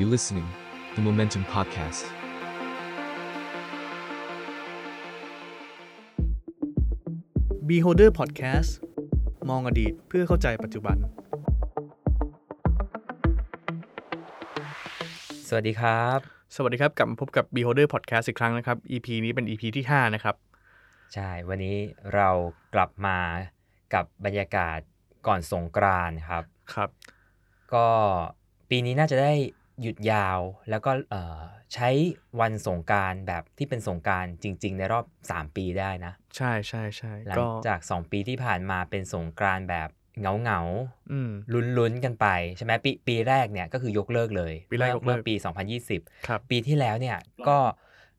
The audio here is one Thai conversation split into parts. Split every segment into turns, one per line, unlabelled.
You listening, the Momentum Podcast.
บีโฮเดอร์พอดแคสต์มองอดีตเพื่อเข้าใจปัจจุบัน
สวัสดีครับ
สวัสดีครับ กลับมาพบกับ Beholder Podcast อีกครั้งนะครับ EP นี้เป็น EP ที่ 5 นะครับ
ใช่ วันนี้เรากลับมากับบรรยากาศก่อนสงกรานต์ครับ
ครับ
ก็ปีนี้น่าจะได้หยุดยาวแล้วก็เอ่อใช้วันสงกรารแบบที่เป็นสงกรารจริง ๆ ในรอบ 3 ปีได้นะ
ใช่ใช่ใช่
หลังจาก 2 ปีที่ผ่านมาเป็นสงกรารแบบเงาเงา
อืม
ๆลุ้นๆกันไป ใช่ไหมปีปีแรกเนี่ยก็คือยกเลิกเลย
ปีแรกยกเลิก
เมื่อปี 2020
ครับ
ปีที่แล้วเนี่ยก็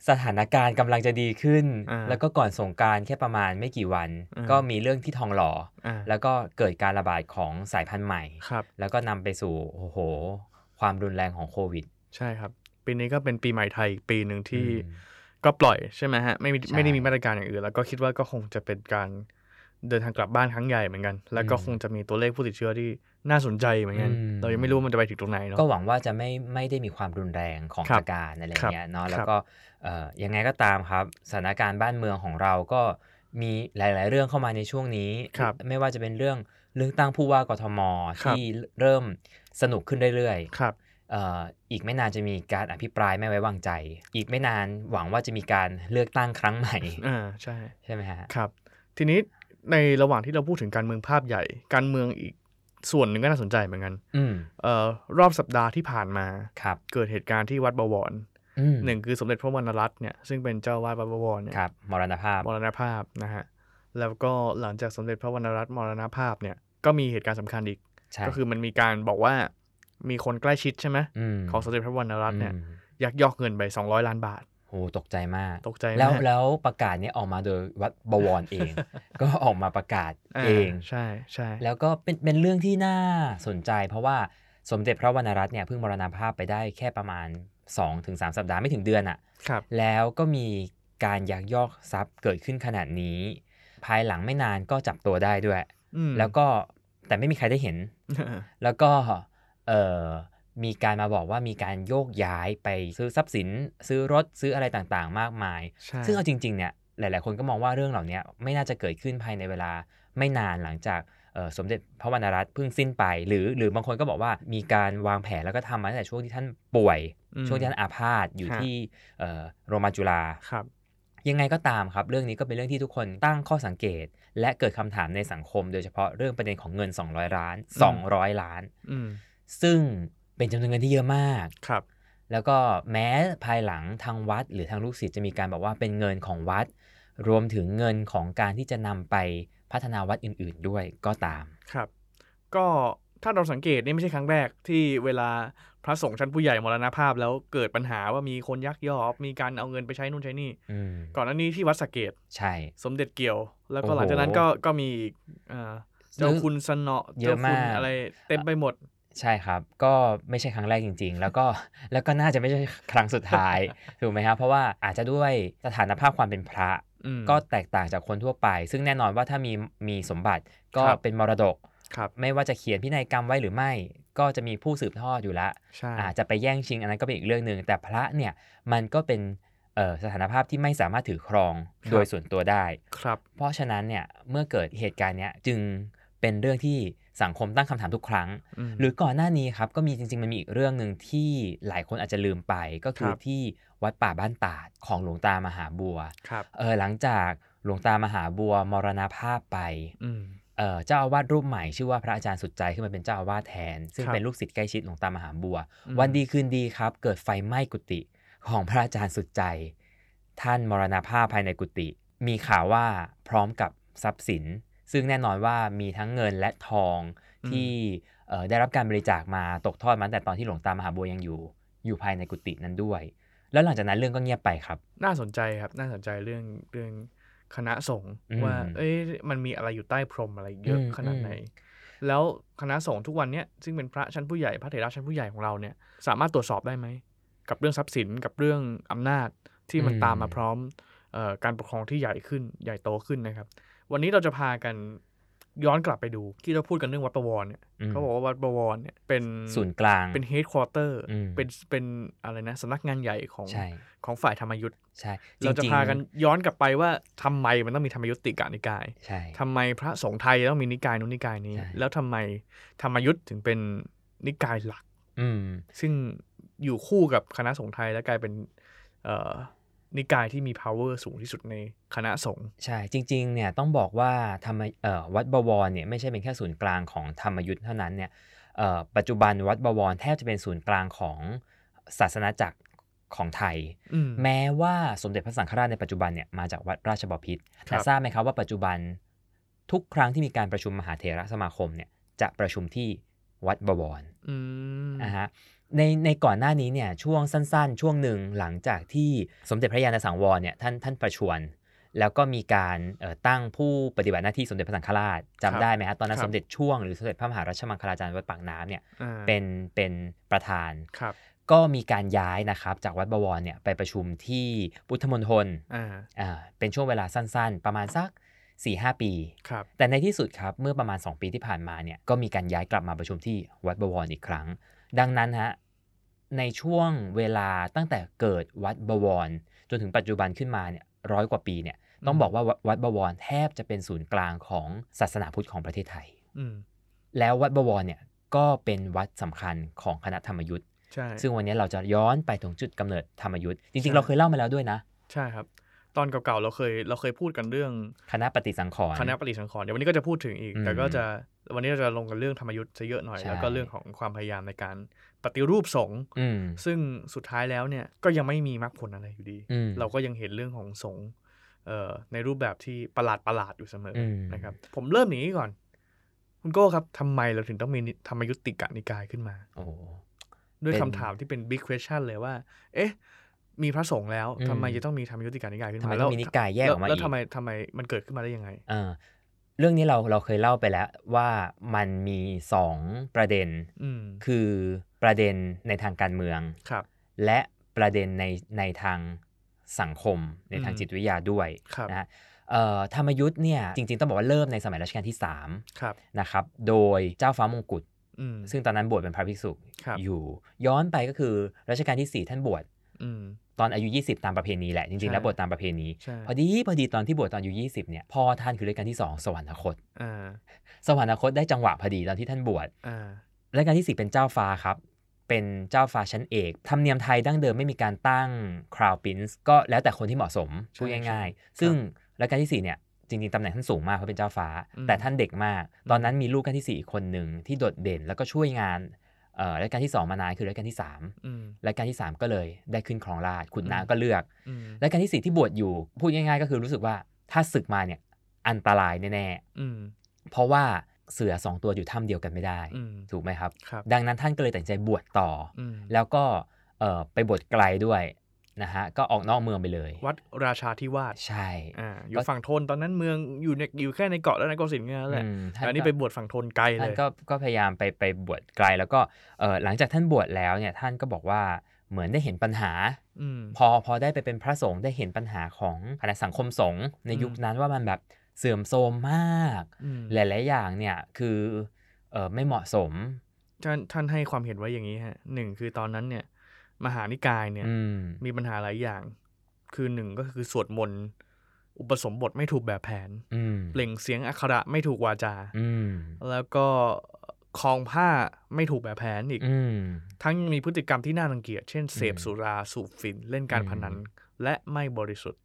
สถานการณ์กำลังจะดีขึ้น
อ่า
แล้วก็ก่อนสงกรารแค่ประมาณไม่กี่วัน
อ่า
ก็มีเรื่องที่ทองหล่อ
อ่า
อแล้วก็เกิดการระบาดของสายพันธุ์ใหม่
ครับ
แล้วก็นำไปสู่โอ้โห ความรุนแรงของโควิด
ใช่ครับ ปีนี้ก็เป็นปีใหม่ไทยอีกปีหนึ่งที่
อืม
ก็ปล่อยใช่ไหมฮะ ไม่มี
ใช่
ไม่ได้มีมาตรการอย่างอื่น แล้วก็คิดว่าก็คงจะเป็นการเดินทางกลับบ้านครั้งใหญ่เหมือนกัน แล้วก็
อืม
คงจะมีตัวเลขผู้ติดเชื้อที่น่าสนใจเหมือนกัน
อืม
เรายังไม่รู้ว่ามันจะไปถึงตรงไหนเนาะ
ก็หวังว่าจะไม่ไม่ได้มีความรุนแรงของ
ครับ
อาการอะไรเงี้ยเนาะ
ครับ
แล้วก็เอ่อยังไงก็ตามครับสถานการณ์บ้านเมืองของเราก็มีหลาย ๆ เรื่องเข้ามาในช่วงนี้
ครับ
ไม่ว่าจะเป็นเรื่องเลือกตั้งผู้ว่ากทม
ครับ
ที่เริ่มสนุกขึ้นเรื่อยๆ
ครับ
เอ่ออีกไม่นานจะมีการอภิปรายไม่ไว้วางใจ อีกไม่นานหวังว่าจะมีการเลือกตั้งครั้ง ใหม่
อ่าใช่
ใช่ไหมฮะ
ครับ ทีนี้ในระหว่างที่เราพูดถึงการเมืองภาพใหญ่ การเมืองอีกส่วนหนึ่งก็น่าสนใจเหมือนกัน
อืม
เอ่อรอบสัปดาห์ที่ผ่านมา
ครับ
เกิดเหตุการณ์ที่วัดบวร
อืม
หนึ่งคือสมเด็จพระวรรณรัตน์เนี่ยซึ่งเป็นเจ้าวาดวัดบวรเนี่ย
ครับมรณภาพ
มรณภาพนะฮะแล้วก็หลังจากสมเด็จพระวรรณรัตน์มรณภาพเนี่ยก็มีเหตุการณ์สำคัญอีก
ใช่
ก็คือมันมีการบอกว่ามีคนใกล้ชิดใช่ไหม
ม
ของสมเด็จพระวรรณรัตน์เนี่ย
อืม
ยักยอกเงินไป 200 ล้านบาท
โหตกใจมาก
ตกใจ
แล้ว
มาก
แล้วประกาศเนี้ออกมาโดยวัดบวรเอง ก็ออกมาประกาศ
า
เอง
ใช่ใช่
แล้วก็เป็นเป็นเรื่องที่น่าสนใจ เพราะว่าสมเด็จพระวรรณรัตน์เนี่ยเพิ่งมรณภาพไปได้แค่ประมาณ 2-3 สัปดาห์ไม่ถึงเดือนอ่ะ
ครับ
แล้วก็มีการยักยอกทรัพย์เกิดขึ้นขนาดนี้ ภายหลังไม่นานก็จับตัวได้ด้วย
อืม
แล้วก็แต่ไม่มีใครได้เห็น แล้วก็เอ่อมีการมาบอกว่ามีการโยกย้ายไปซื้อทรัพย์สิน ซื้อรถซื้ออะไรต่างๆ มากมาย
ใช่
ซึ่งเอาจริงๆเนี่ยหลาย ๆ คนก็มองว่าเรื่องเหล่านี้ไม่น่าจะเกิดขึ้นภายในเวลาไม่นานหลังจากเอ่อสมเด็จพระวรรณรัตน์เพิ่งสิ้นไป หรือหรือบางคนก็บอกว่ามีการวางแผนแล้วก็ทำมาตั้งแต่ช่วงที่ท่านป่วย
อืม
ช่วงที่ท่านอาพาธอยู่
ฮะ
ที่เอ่อโรงพยาบาลจุฬา
ครับ
ยังไงก็ตามครับ เรื่องนี้ก็เป็นเรื่องที่ทุกคนตั้งข้อสังเกต และเกิดคำถามในสังคม โดยเฉพาะเรื่องประเด็นของเงิน 200 ล้าน
อืม
200 ล้าน
อืม
ซึ่งเป็นจำนวนเงินที่เยอะมาก
ครับ
แล้วก็แม้ภายหลังทางวัด หรือทางลูกศิษย์จะมีการบอกว่าเป็นเงินของวัด รวมถึงเงินของการที่จะนำไปพัฒนาวัดอื่น ๆ ด้วยก็ตาม
ครับ ก็ถ้าเราสังเกตนี่ไม่ใช่ครั้งแรกที่เวลาพระสงฆ์ชั้นผู้ใหญ่มรณภาพแล้วเกิดปัญหาว่ามีคนยักยอกมีการเอาเงินไปใช้นู่นใช้นี่
อืม
ก่อนหน้านี้ที่วัดสะเกด
ใช่
สมเด็จเกี่ยว แล้วก็
โอ้
ห
โห
ลังจากนั้นก็ก็มีอีกอ่าเจ้าคุณสนอ
เย
เจ้า
อะ
คุณ
มาก
อะไรเต็มไปหมด
ใช่ครับ ก็ไม่ใช่ครั้งแรกจริง ๆ แล้วก็ แล้วก็น่าจะไม่ใช่ครั้งสุดท้าย ถูกไหมครับ เพราะว่าอาจจะด้วยสถานภาพความเป็นพระ
อืม
ก็แตกต่างจากคนทั่วไป ซึ่งแน่นอนว่าถ้ามีมีสมบัติก็
ครับ
เป็นมรดก
ครับ
ไม่ว่าจะเขียนพินัยกรรมไว้หรือไม่ ก็จะมีผู้สืบทอดอยู่ละ
ใช่
อาจจะไปแย่งชิงอันนั้นก็เป็นอีกเรื่องหนึ่งแต่พระเนี่ยมันก็เป็นเอ่อสถานภาพที่ไม่สามารถถือครองโดยส่วนตัวได้
ครับ
เพราะฉะนั้นเนี่ยเมื่อเกิดเหตุการณ์เนี้ยจึงเป็นเรื่องที่สังคมตั้งคำถามทุกครั้ง
อืม
หรือก่อนหน้านี้ครับก็มีจริงๆ มันมีอีกเรื่องหนึ่งที่หลายคนอาจจะลืมไปก็คื
ค
อ
รับ
ที่วัดป่าบ้านตาดของหลวงตามหาบัว
ครับ
เออหลังจากหลวงตามหาบัวมรณภาพไป
อืม
เออเจ้าอาวาสรูปใหม่ชื่อว่าพระอาจารย์สุดใจขึ้นมาเป็นเจ้าอาวาสแทน ซึ่ง
ครับ
เป็นลูกศิษย์ใกล้ชิดหลวงตามหาบัว
อืม
วันดีคืนดีครับ เกิดไฟไหม้กุฏิของพระอาจารย์สุดใจ ท่านมรณภาพภายในกุฏิมีข่าวว่าพร้อมกับทรัพย์สิน ซึ่งแน่นอนว่ามีทั้งเงินและทอง ที่เอ่อได้รับการบริจาคมาตกทอดมาตั้งแต่ตอนที่หลวงตามหาบัวยังอยู่ อยู่ภายในกุฏินั้นด้วย แล้วหลังจากนั้นเรื่องก็เงียบไปครับ
น่าสนใจครับ น่าสนใจเรื่องเรื่องคณะสงฆ์
อืม
ว่า เอ้ยมันมีอะไรอยู่ใต้พรมอะไรเยอะ
อืม
ขนาดไหน แล้วคณะสงฆ์ทุกวันเนี้ยซึ่งเป็นพระชั้นผู้ใหญ่พระเถระชั้นผู้ใหญ่ของเราเนี่ยสามารถตรวจสอบได้ไหม กับเรื่องทรัพย์สินกับเรื่องอำนาจที่มัน
อืม
ตามมาพร้อมเอ่อการปกครองที่ใหญ่ขึ้นใหญ่โตขึ้นนะครับ วันนี้เราจะพากัน ย้อนกลับไปดูที่เราพูดกันเรื่องวัดประวรเนี่ย
ม
เขาบอกว่าวัดประวรเนี่ยเป็น
ศูนย์กลาง
เป็นเฮดควอเตอร์
อืม
เป็นเป็นอะไรนะสำนักงานใหญ่ของ
ใช่
ของฝ่ายธรรมยุทธ์
ใช่
เราจะ
งๆ
พากันย้อนกลับไปว่าทำไมมันต้องมีธรรมยุทธ์ติกานิกาย
ใช่
ทำไมพระสงฆ์ไทยต้องมีนิกายนู้นนิกายนี้
ใช่
แล้วทำไมธรรมยุทธ์ถึงเป็นนิกายหลัก
อืม
ซึ่งอยู่คู่กับคณะสงฆ์ไทยและกลายเป็นเอ่อนิกายที่มี power สูงที่สุดในคณะสงฆ์
ใช่ จริงๆเนี่ยต้องบอกว่าธรรมเอ่อวัดบวรเนี่ยไม่ใช่เป็นแค่ศูนย์กลางของธรรมยุทธ์เท่านั้นเนี่ยเอ่อปัจจุบันวัดบวรแทบจะเป็นศูนย์กลางของศาสนาจักรของไทย
อืม
แม้ว่าสมเด็จพระสังฆราชในปัจจุบันเนี่ยมาจากวัดราชบพิตร
ครั
แต่
บ
ทราบไหมครับว่าปัจจุบันทุกครั้งที่มีการประชุมมหาเถรสมาคมเนี่ยจะประชุมที่วัดบวร
อืม
นะฮะในในก่อนหน้านี้เนี่ยช่วงสั้นๆ ช่วงหนึ่งหลังจากที่สมเด็จพระยาณสังวรเนี่ยท่านท่านประชวน แล้วก็มีการเอ่อตั้งผู้ปฏิบัติหน้าที่สมเด็จพระสังฆราชจำได้ไหมฮะตอนนั้น
ครับ
สมเด็จช่วงหรือสมเด็จพระมหารัชมังคลาจารย์วัดปากน้ำเนี่ย
อ่า
เป็นเป็นประธาน
ครับ
ก็มีการย้ายนะครับจากวัดบวรเนี่ยไปประชุมที่พุทธมณฑล
อ่า
อ่าเป็นช่วงเวลาสั้นๆ ประมาณสัก 4-5 ปี
ครับ
แต่ในที่สุดครับ เมื่อประมาณ 2 ปีที่ผ่านมาเนี่ยก็มีการย้ายกลับมาประชุมที่วัดบวรอีกครั้ง ดังนั้นฮะในช่วงเวลาตั้งแต่เกิดวัดบวร จนถึงปัจจุบันขึ้นมาเนี่ยร้อยกว่าปีเนี่ยต้องบอกว่าวัดวัดบวรแทบจะเป็นศูนย์กลางของศาสนาพุทธของประเทศไทย
อืม
แล้ววัดบวรเนี่ยก็เป็นวัดสำคัญของคณะธรรมยุทธ์
ใช่
ซึ่งวันนี้เราจะย้อนไปถึงจุดกำเนิดธรรมยุทธ์จริงๆเราเคยเล่ามาแล้วด้วยนะ
ใช่ครับ ตอนเก่าๆเราเคยเราเคยพูดกันเรื่อง
คณะปฏิสังขรณ์
คณะปฏิสังขรณ์เดี๋ยววันนี้ก็จะพูดถึงอีก
อืม
แต่ก็จะวันนี้เราจะลงกันเรื่องธรรมยุทธ์ซะเยอะหน่อย
ใช่
แล้วก็เรื่องของความพยายามในการปฏิรูปสงฆ์
อืม
ซึ่งสุดท้ายแล้วเนี่ยก็ยังไม่มีมรรคผลอะไรอยู่ดี
อืม
เราก็ยังเห็นเรื่องของสงฆ์เอ่อในรูปแบบที่ประหลาดประหลาดๆอยู่เสมออ
ม
นะครับ ผมเริ่มอย่างนี้ก่อน คุณโก้ครับทำไมเราถึงต้องมีนิธรรมยุติกะนิกายขึ้นมา
โอ้
ด้วย
เป็น
คำถามที่เป็น big question เลยว่า เอ๊ะ มีพระสงฆ์แล้ว
อืม
ทำไมจะต้องมีธรรมยุติกะนิกายขึ้น
ทำไม
มา
ต้
แล้
อ
ว
งมีนิกายแยกออกมา
แล้ว
อีก
ทำไมทำไมมันเกิดขึ้นมาได้ยังไง
เอ่อเรื่องนี้เราเราเคยเล่าไปแล้วว่ามันมีสองประเด็น
อืม
คือประเด็นในทางการเมือง
ครับ
และประเด็นในในทางสังคม ในทาง
อืม
จิตวิทยาด้วย
ครับ
นะฮะเอ่อธรรมยุทธ์เนี่ยจริงๆ ต้องบอกว่าเริ่มในสมัยรัชกาลที่
ครับ
3นะครับโดยเจ้าฟ้ามงกุฎ
อืม
ซึ่งตอนนั้นบวชเป็นพระภิกษุ
ครับ
อยู่ ย้อนไปก็คือรัชกาลที่สี่ท่านบวช
อืม
ตอนอายุ 20 ตามประเพณีแหละจริงๆแล้ว
ใช่
บวชตามประเพณี
ใช่
พอดีพอดีตอนที่บวชตอนอายุ20เนี่ยพ่อท่านคือรัชกาลที่สองสวรรคต
อ่า
สวรรคตได้จังหวะพอดีตอนที่ท่านบวช
อ่า
และการที่สี่เป็นเจ้าฟ้าครับ เป็นเจ้าฟ้าชั้นเอกธรรมเนียมไทยดั้งเดิมไม่มีการตั้งคราวปรินซ์ก็แล้วแต่คนที่เหมาะสมพูดง่ายๆ ซึ่งรัชกาลที่สี่เนี่ยจริงๆตำแหน่งท่านสูงมากเพราะเป็นเจ้าฟ้า แต่ท่านเด็กมาก ตอนนั้นมีลูกกันที่สี่อีกคนหนึ่งที่โดดเด่นแล้วก็ช่วยงานเอ่อรัชกาลที่สองมานานคือรัชกาลที่สาม
อืม
รัชกาลที่สามก็เลยได้ขึ้นครองราชย์ขุนนา
อื
ง
ม
ก็เลือก
อืม
รัชกาลที่สี่ที่บวชอยู่พูดง่าย ๆ ก็คือรู้สึกว่าถ้าศึกมาเนี่ยอันตรายแน่ๆ
อืม
เพราะว่าเสือสองตัวอยู่ถ้ำเดียวกันไม่ได้
อืม
ถูกไหมครับ
ครับ
ดังนั้นท่านก็เลยตัดสินใจบวชต่ออ
อืม
แล้วก็เอ่อไปบวชไกลด้วยนะฮะก็ออกนอกเมืองไปเลย
วัดราชาธิวาส
ใช่
อ่าอยู่ฝั่งทนตอนนั้นเมืองอยู่ในอยู่แค่ในเกาะแล้วนะโกสินทร์แค่นั้นแหละ
อืม
แต่อันนี้ไปบวชฝั่งทนไกลเล
ท่าน
ย
ก็ก็พยายามไปไปบวชไกล แล้วก็เอ่อหลังจากท่านบวชแล้วเนี่ยท่านก็บอกว่าเหมือนได้เห็นปัญหา
อืม
พอพอได้ไปเป็นพระสงฆ์ได้เห็นปัญหาของคณะสังคมสงฆ์ใน
อืม
ยุคนั้นว่ามันแบบเสื่อมโทรมมาก
อืม
หลาย ๆ อย่างเนี่ยคือเอ่อไม่เหมาะสม
ท่านท่านให้ความเห็นไว้อย่างนี้ฮะหนึ่งคือตอนนั้นเนี่ย มหานิกายเนี่ย
อืม
มีปัญหาหลายอย่าง คือหนึ่งก็คือสวดมนต์อุปสมบทไม่ถูกแบบแผน
อืม
เปล่งเสียงอักขระไม่ถูกวาจา
อืม
แล้วก็คลองผ้าไม่ถูกแบบแผนอีก
อืม
ทั้งยังมีพฤติกรรมที่น่ารังเกียจ เช่น เสพ
อืม
สุราสูบฝิ่นเล่นการ
อืม
พนันและไม่บริสุทธิ์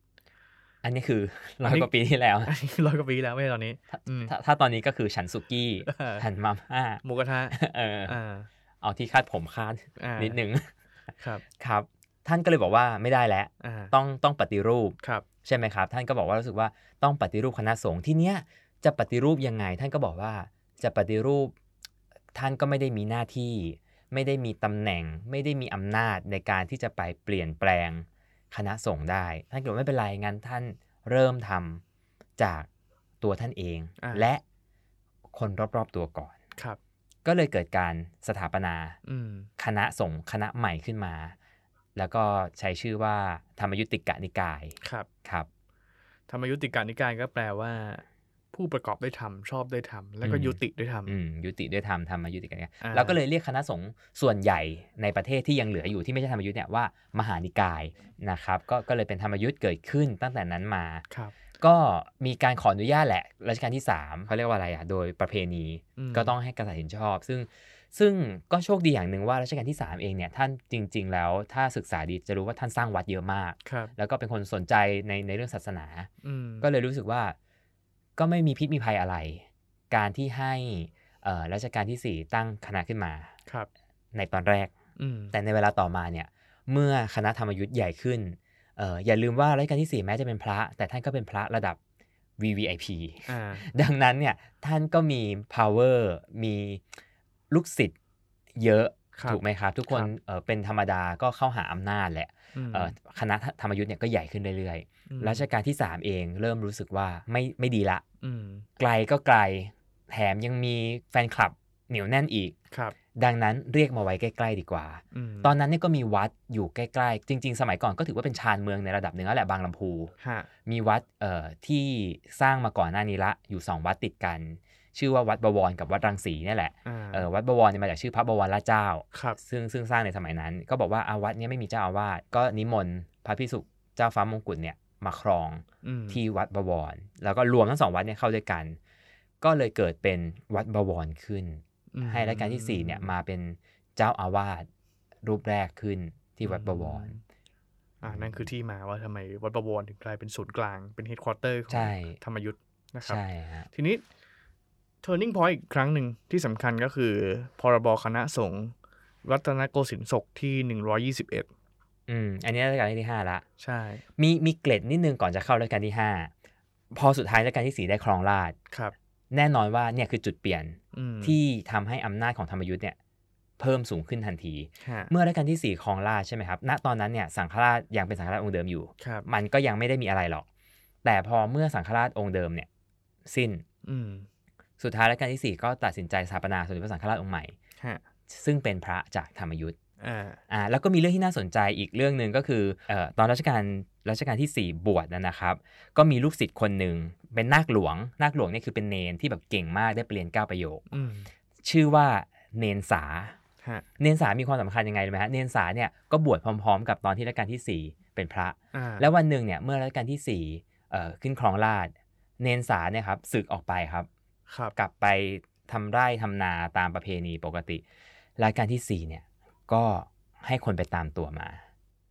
อันนี้คือ
อั
ร้อน ย
นี้
กว่าปีที่ แล้ว
อันนี้ร้อยกว่าปีแล้วไม่ใช่ตอนนี้
ถ้า
อืม
ถ้าถ้าตอนนี้ก็คือฉันสุ กี้ฉันมาม่า
หมูกระทะ
เออ
อ่า
เอาที่คาดผมคาด
อ่า
นิดนึง
ครับ
ครับ ท่านก็เลยบอกว่าไม่ได้แล้ว
อ่า
ต้องต้องปฏิรูป
ครับ
ใช่ไหมครับ ท่านก็บอกว่ารู้สึกว่าต้องปฏิรูปคณะสงฆ์ที่เนี้ยจะปฏิรูปยังไง ท่านก็บอกว่าจะปฏิรูป ท่านก็ไม่ได้มีหน้าที่ ไม่ได้มีตำแหน่ง ไม่ได้มีอำนาจในการที่จะไปเปลี่ยนแปลงคณะสงฆ์ได้ ท่านก็บอกไม่เป็นไรงั้นท่านเริ่มทำจากตัวท่านเอง
อ่า
และคนรอบๆตัวก่อน
ครับ
ก็เลยเกิดการสถาปนา
อืม
คณะสงฆ์คณะใหม่ขึ้นมา แล้วก็ใช้ชื่อว่าธรรมยุติกะนิกาย
ครับ
ครับ
ธรรมยุติการนิกายก็แปลว่า ผู้ประกอบได้ทำชอบได้ทำแล้วก็
อืม
ยุติได้ทำ
อืมยุติด้วยธรรมธรรมยุติกันเนี่ย
อ่า
แล้วก็เลยเรียกคณะสงฆ์ส่วนใหญ่ในประเทศที่ยังเหลืออยู่ที่ไม่ใช่ธรรมยุติเนี่ยว่ามหานิกายนะครับก็ก็เลยเป็นธรรมยุติเกิดขึ้นตั้งแต่นั้นมา
ครับ
ก็มีการขออนุญาตแหละรัชกาลที่ 3เขาเรียกว่าอะไรอ่ะโดยประเพณี
อืม
ก็ต้องให้กษัตริย์เห็นชอบ ซึ่งซึ่งก็โชคดีอย่างหนึ่งว่ารัชกาลที่ 3 เองเนี่ยท่านจริง ๆ แล้วถ้าศึกษาดีจะรู้ว่าท่านสร้างวัดเยอะมาก
ครับ
แล้วก็เป็นคนสนใจในในเรื่องศาสนา
อืม
ก็เลยรู้สึกว่าก็ไม่มีพิษมีภัยอะไร การที่ให้เอ่อรัชกาลที่ 4 ตั้งคณะขึ้นมา
ครับ
ในตอนแรก
อืม
แต่ในเวลาต่อมาเนี่ยเมื่อคณะธรรมยุทธ์ใหญ่ขึ้นเอ่ออย่าลืมว่ารัชกาลที่ 4 แม้จะเป็นพระ แต่ท่านก็เป็นพระระดับ VVIP
อ่า
ดังนั้นเนี่ยท่านก็มี power มีลูกศิษย์เยอะ
ครับ
ถูกไหมครับ ทุกคน
ครับ
เอ่อเป็นธรรมดาก็เข้าหาอำนาจแหละ
ม
เอ่อคณะธรรมยุทธ์เนี่ยก็ใหญ่ขึ้นเรื่อยๆ
อืม
รัชกาลที่ 3 เองเริ่มรู้สึกว่าไม่ไม่ดีละ
อืม
ไกลก็ไกล แถมยังมีแฟนคลับเหนียวแน่นอีก
ครับ
ดังนั้นเรียกมาไว้ใกล้ ๆ ดีกว่า
ม
ตอนนั้นเนี่ยก็มีวัดอยู่ใกล้ๆ จริง ๆ สมัยก่อนก็ถือว่าเป็นชานเมืองในระดับหนึ่งแล้วแหละบางลำพู
ฮะ
มีวัดเอ่อที่สร้างมาก่อนหน้านี้ละ อยู่ 2 วัดติดกัน ชื่อว่าวัดบวรกับวัดรังสีเนี่ยแหละ
อ่า
เอ่อวัดบวรเนี่ยมาจากชื่อพระบวรราชเจ้า
ครับ
ซึ่งซึ่งสร้างในสมัยนั้น ก็บอกว่าอาวัดเนี้ไม่มีเจ้าอาวาสก็นิมนต์พระพิสุเจ้าฟ้ามงกุฎเนี่ยมาครอง
อืม
ที่วัดบวร แล้วก็รวมทั้งสองวัดเนี่ยเข้าด้วยกัน ก็เลยเกิดเป็นวัดบวรขึ้น
อืม
ให้รัชกาลที่ 4 เนี่ยมาเป็นเจ้าอาวาสรูปแรกขึ้นที่วัดบวร
อ่านั่นคือที่มาว่าทำไมวัดประวรถึงกลายเป็นศูนย์กลางเป็นเฮดควอเตอร์ของ
ใช่
ธรรมยุทธ์นะครับ
ใช่ฮะ
ทีนี้ turning point อีกครั้งหนึ่งที่สำคัญก็คือ พรบคณะสงฆ์รัตนโกสินทร์ศกที่ 121
อืมอันนี้รัชกาลที่ 5 ละ
ใช่
มีมีเกร็ดนิดนึงก่อนจะเข้ารัชกาลที่ 5 พอสุดท้ายรัชกาลที่ 4 ได้ครองราชย์
ครับ
แน่นอนว่าเนี่ยคือจุดเปลี่ยน
อืม
ที่ทำให้อำนาจของธรรมยุทธ์เนี่ยเพิ่มสูงขึ้นทันที
ฮะ
เมื่อรัชกาลที่4ครองราชย์ใช่ไหมครับณตอนนั้นเนี่ยสังฆราชยังเป็นสังฆราชองค์เดิมอยู่
ครับ
มันก็ยังไม่ได้มีอะไรหรอก แต่พอเมื่อสังฆราชองค์เดิมเนี่ย สิ้น
อืม
สุดท้ายรัชกาลที่ 4 ก็ตัดสินใจสถาปนาสมเด็จพระสังฆราชองค์ใหม่
ฮะ
ซึ่งเป็นพระจากธรรมยุทธ์
อ่า
อ่าแล้วก็มีเรื่องที่น่าสนใจอีกเรื่องหนึ่งก็คือเอ่อตอนรัชกาลรัชกาลที่ 4 บวชนะนะครับ ก็มีลูกศิษย์คนหนึ่งเป็นนาคหลวง นาคหลวงเนี่ยคือเป็นเนนที่แบบเก่งมากได้ไปเรียนเก้าประโยค
อืม
ชื่อว่าเนนสา
ฮะ
เนนสามีความสำคัญยังไงรู้ไหมฮะเนนสาเนี่ยก็บวชพร้อม ๆ กับตอนที่รัชกาลทีสี่4 เป็นพระ
อ่า
แล้ววันหนึ่งเนี่ยเมื่อรัชกาลที่สี่เอ่อขึ้นครองราชย์เนนสาเนี่ยครับศึกออกไปครับ
ครับ
กลับไปทำไร่ทำนาตามประเพณีปกติรัชกาลที่สี่เนี่ยก็ให้คนไปตามตัวมา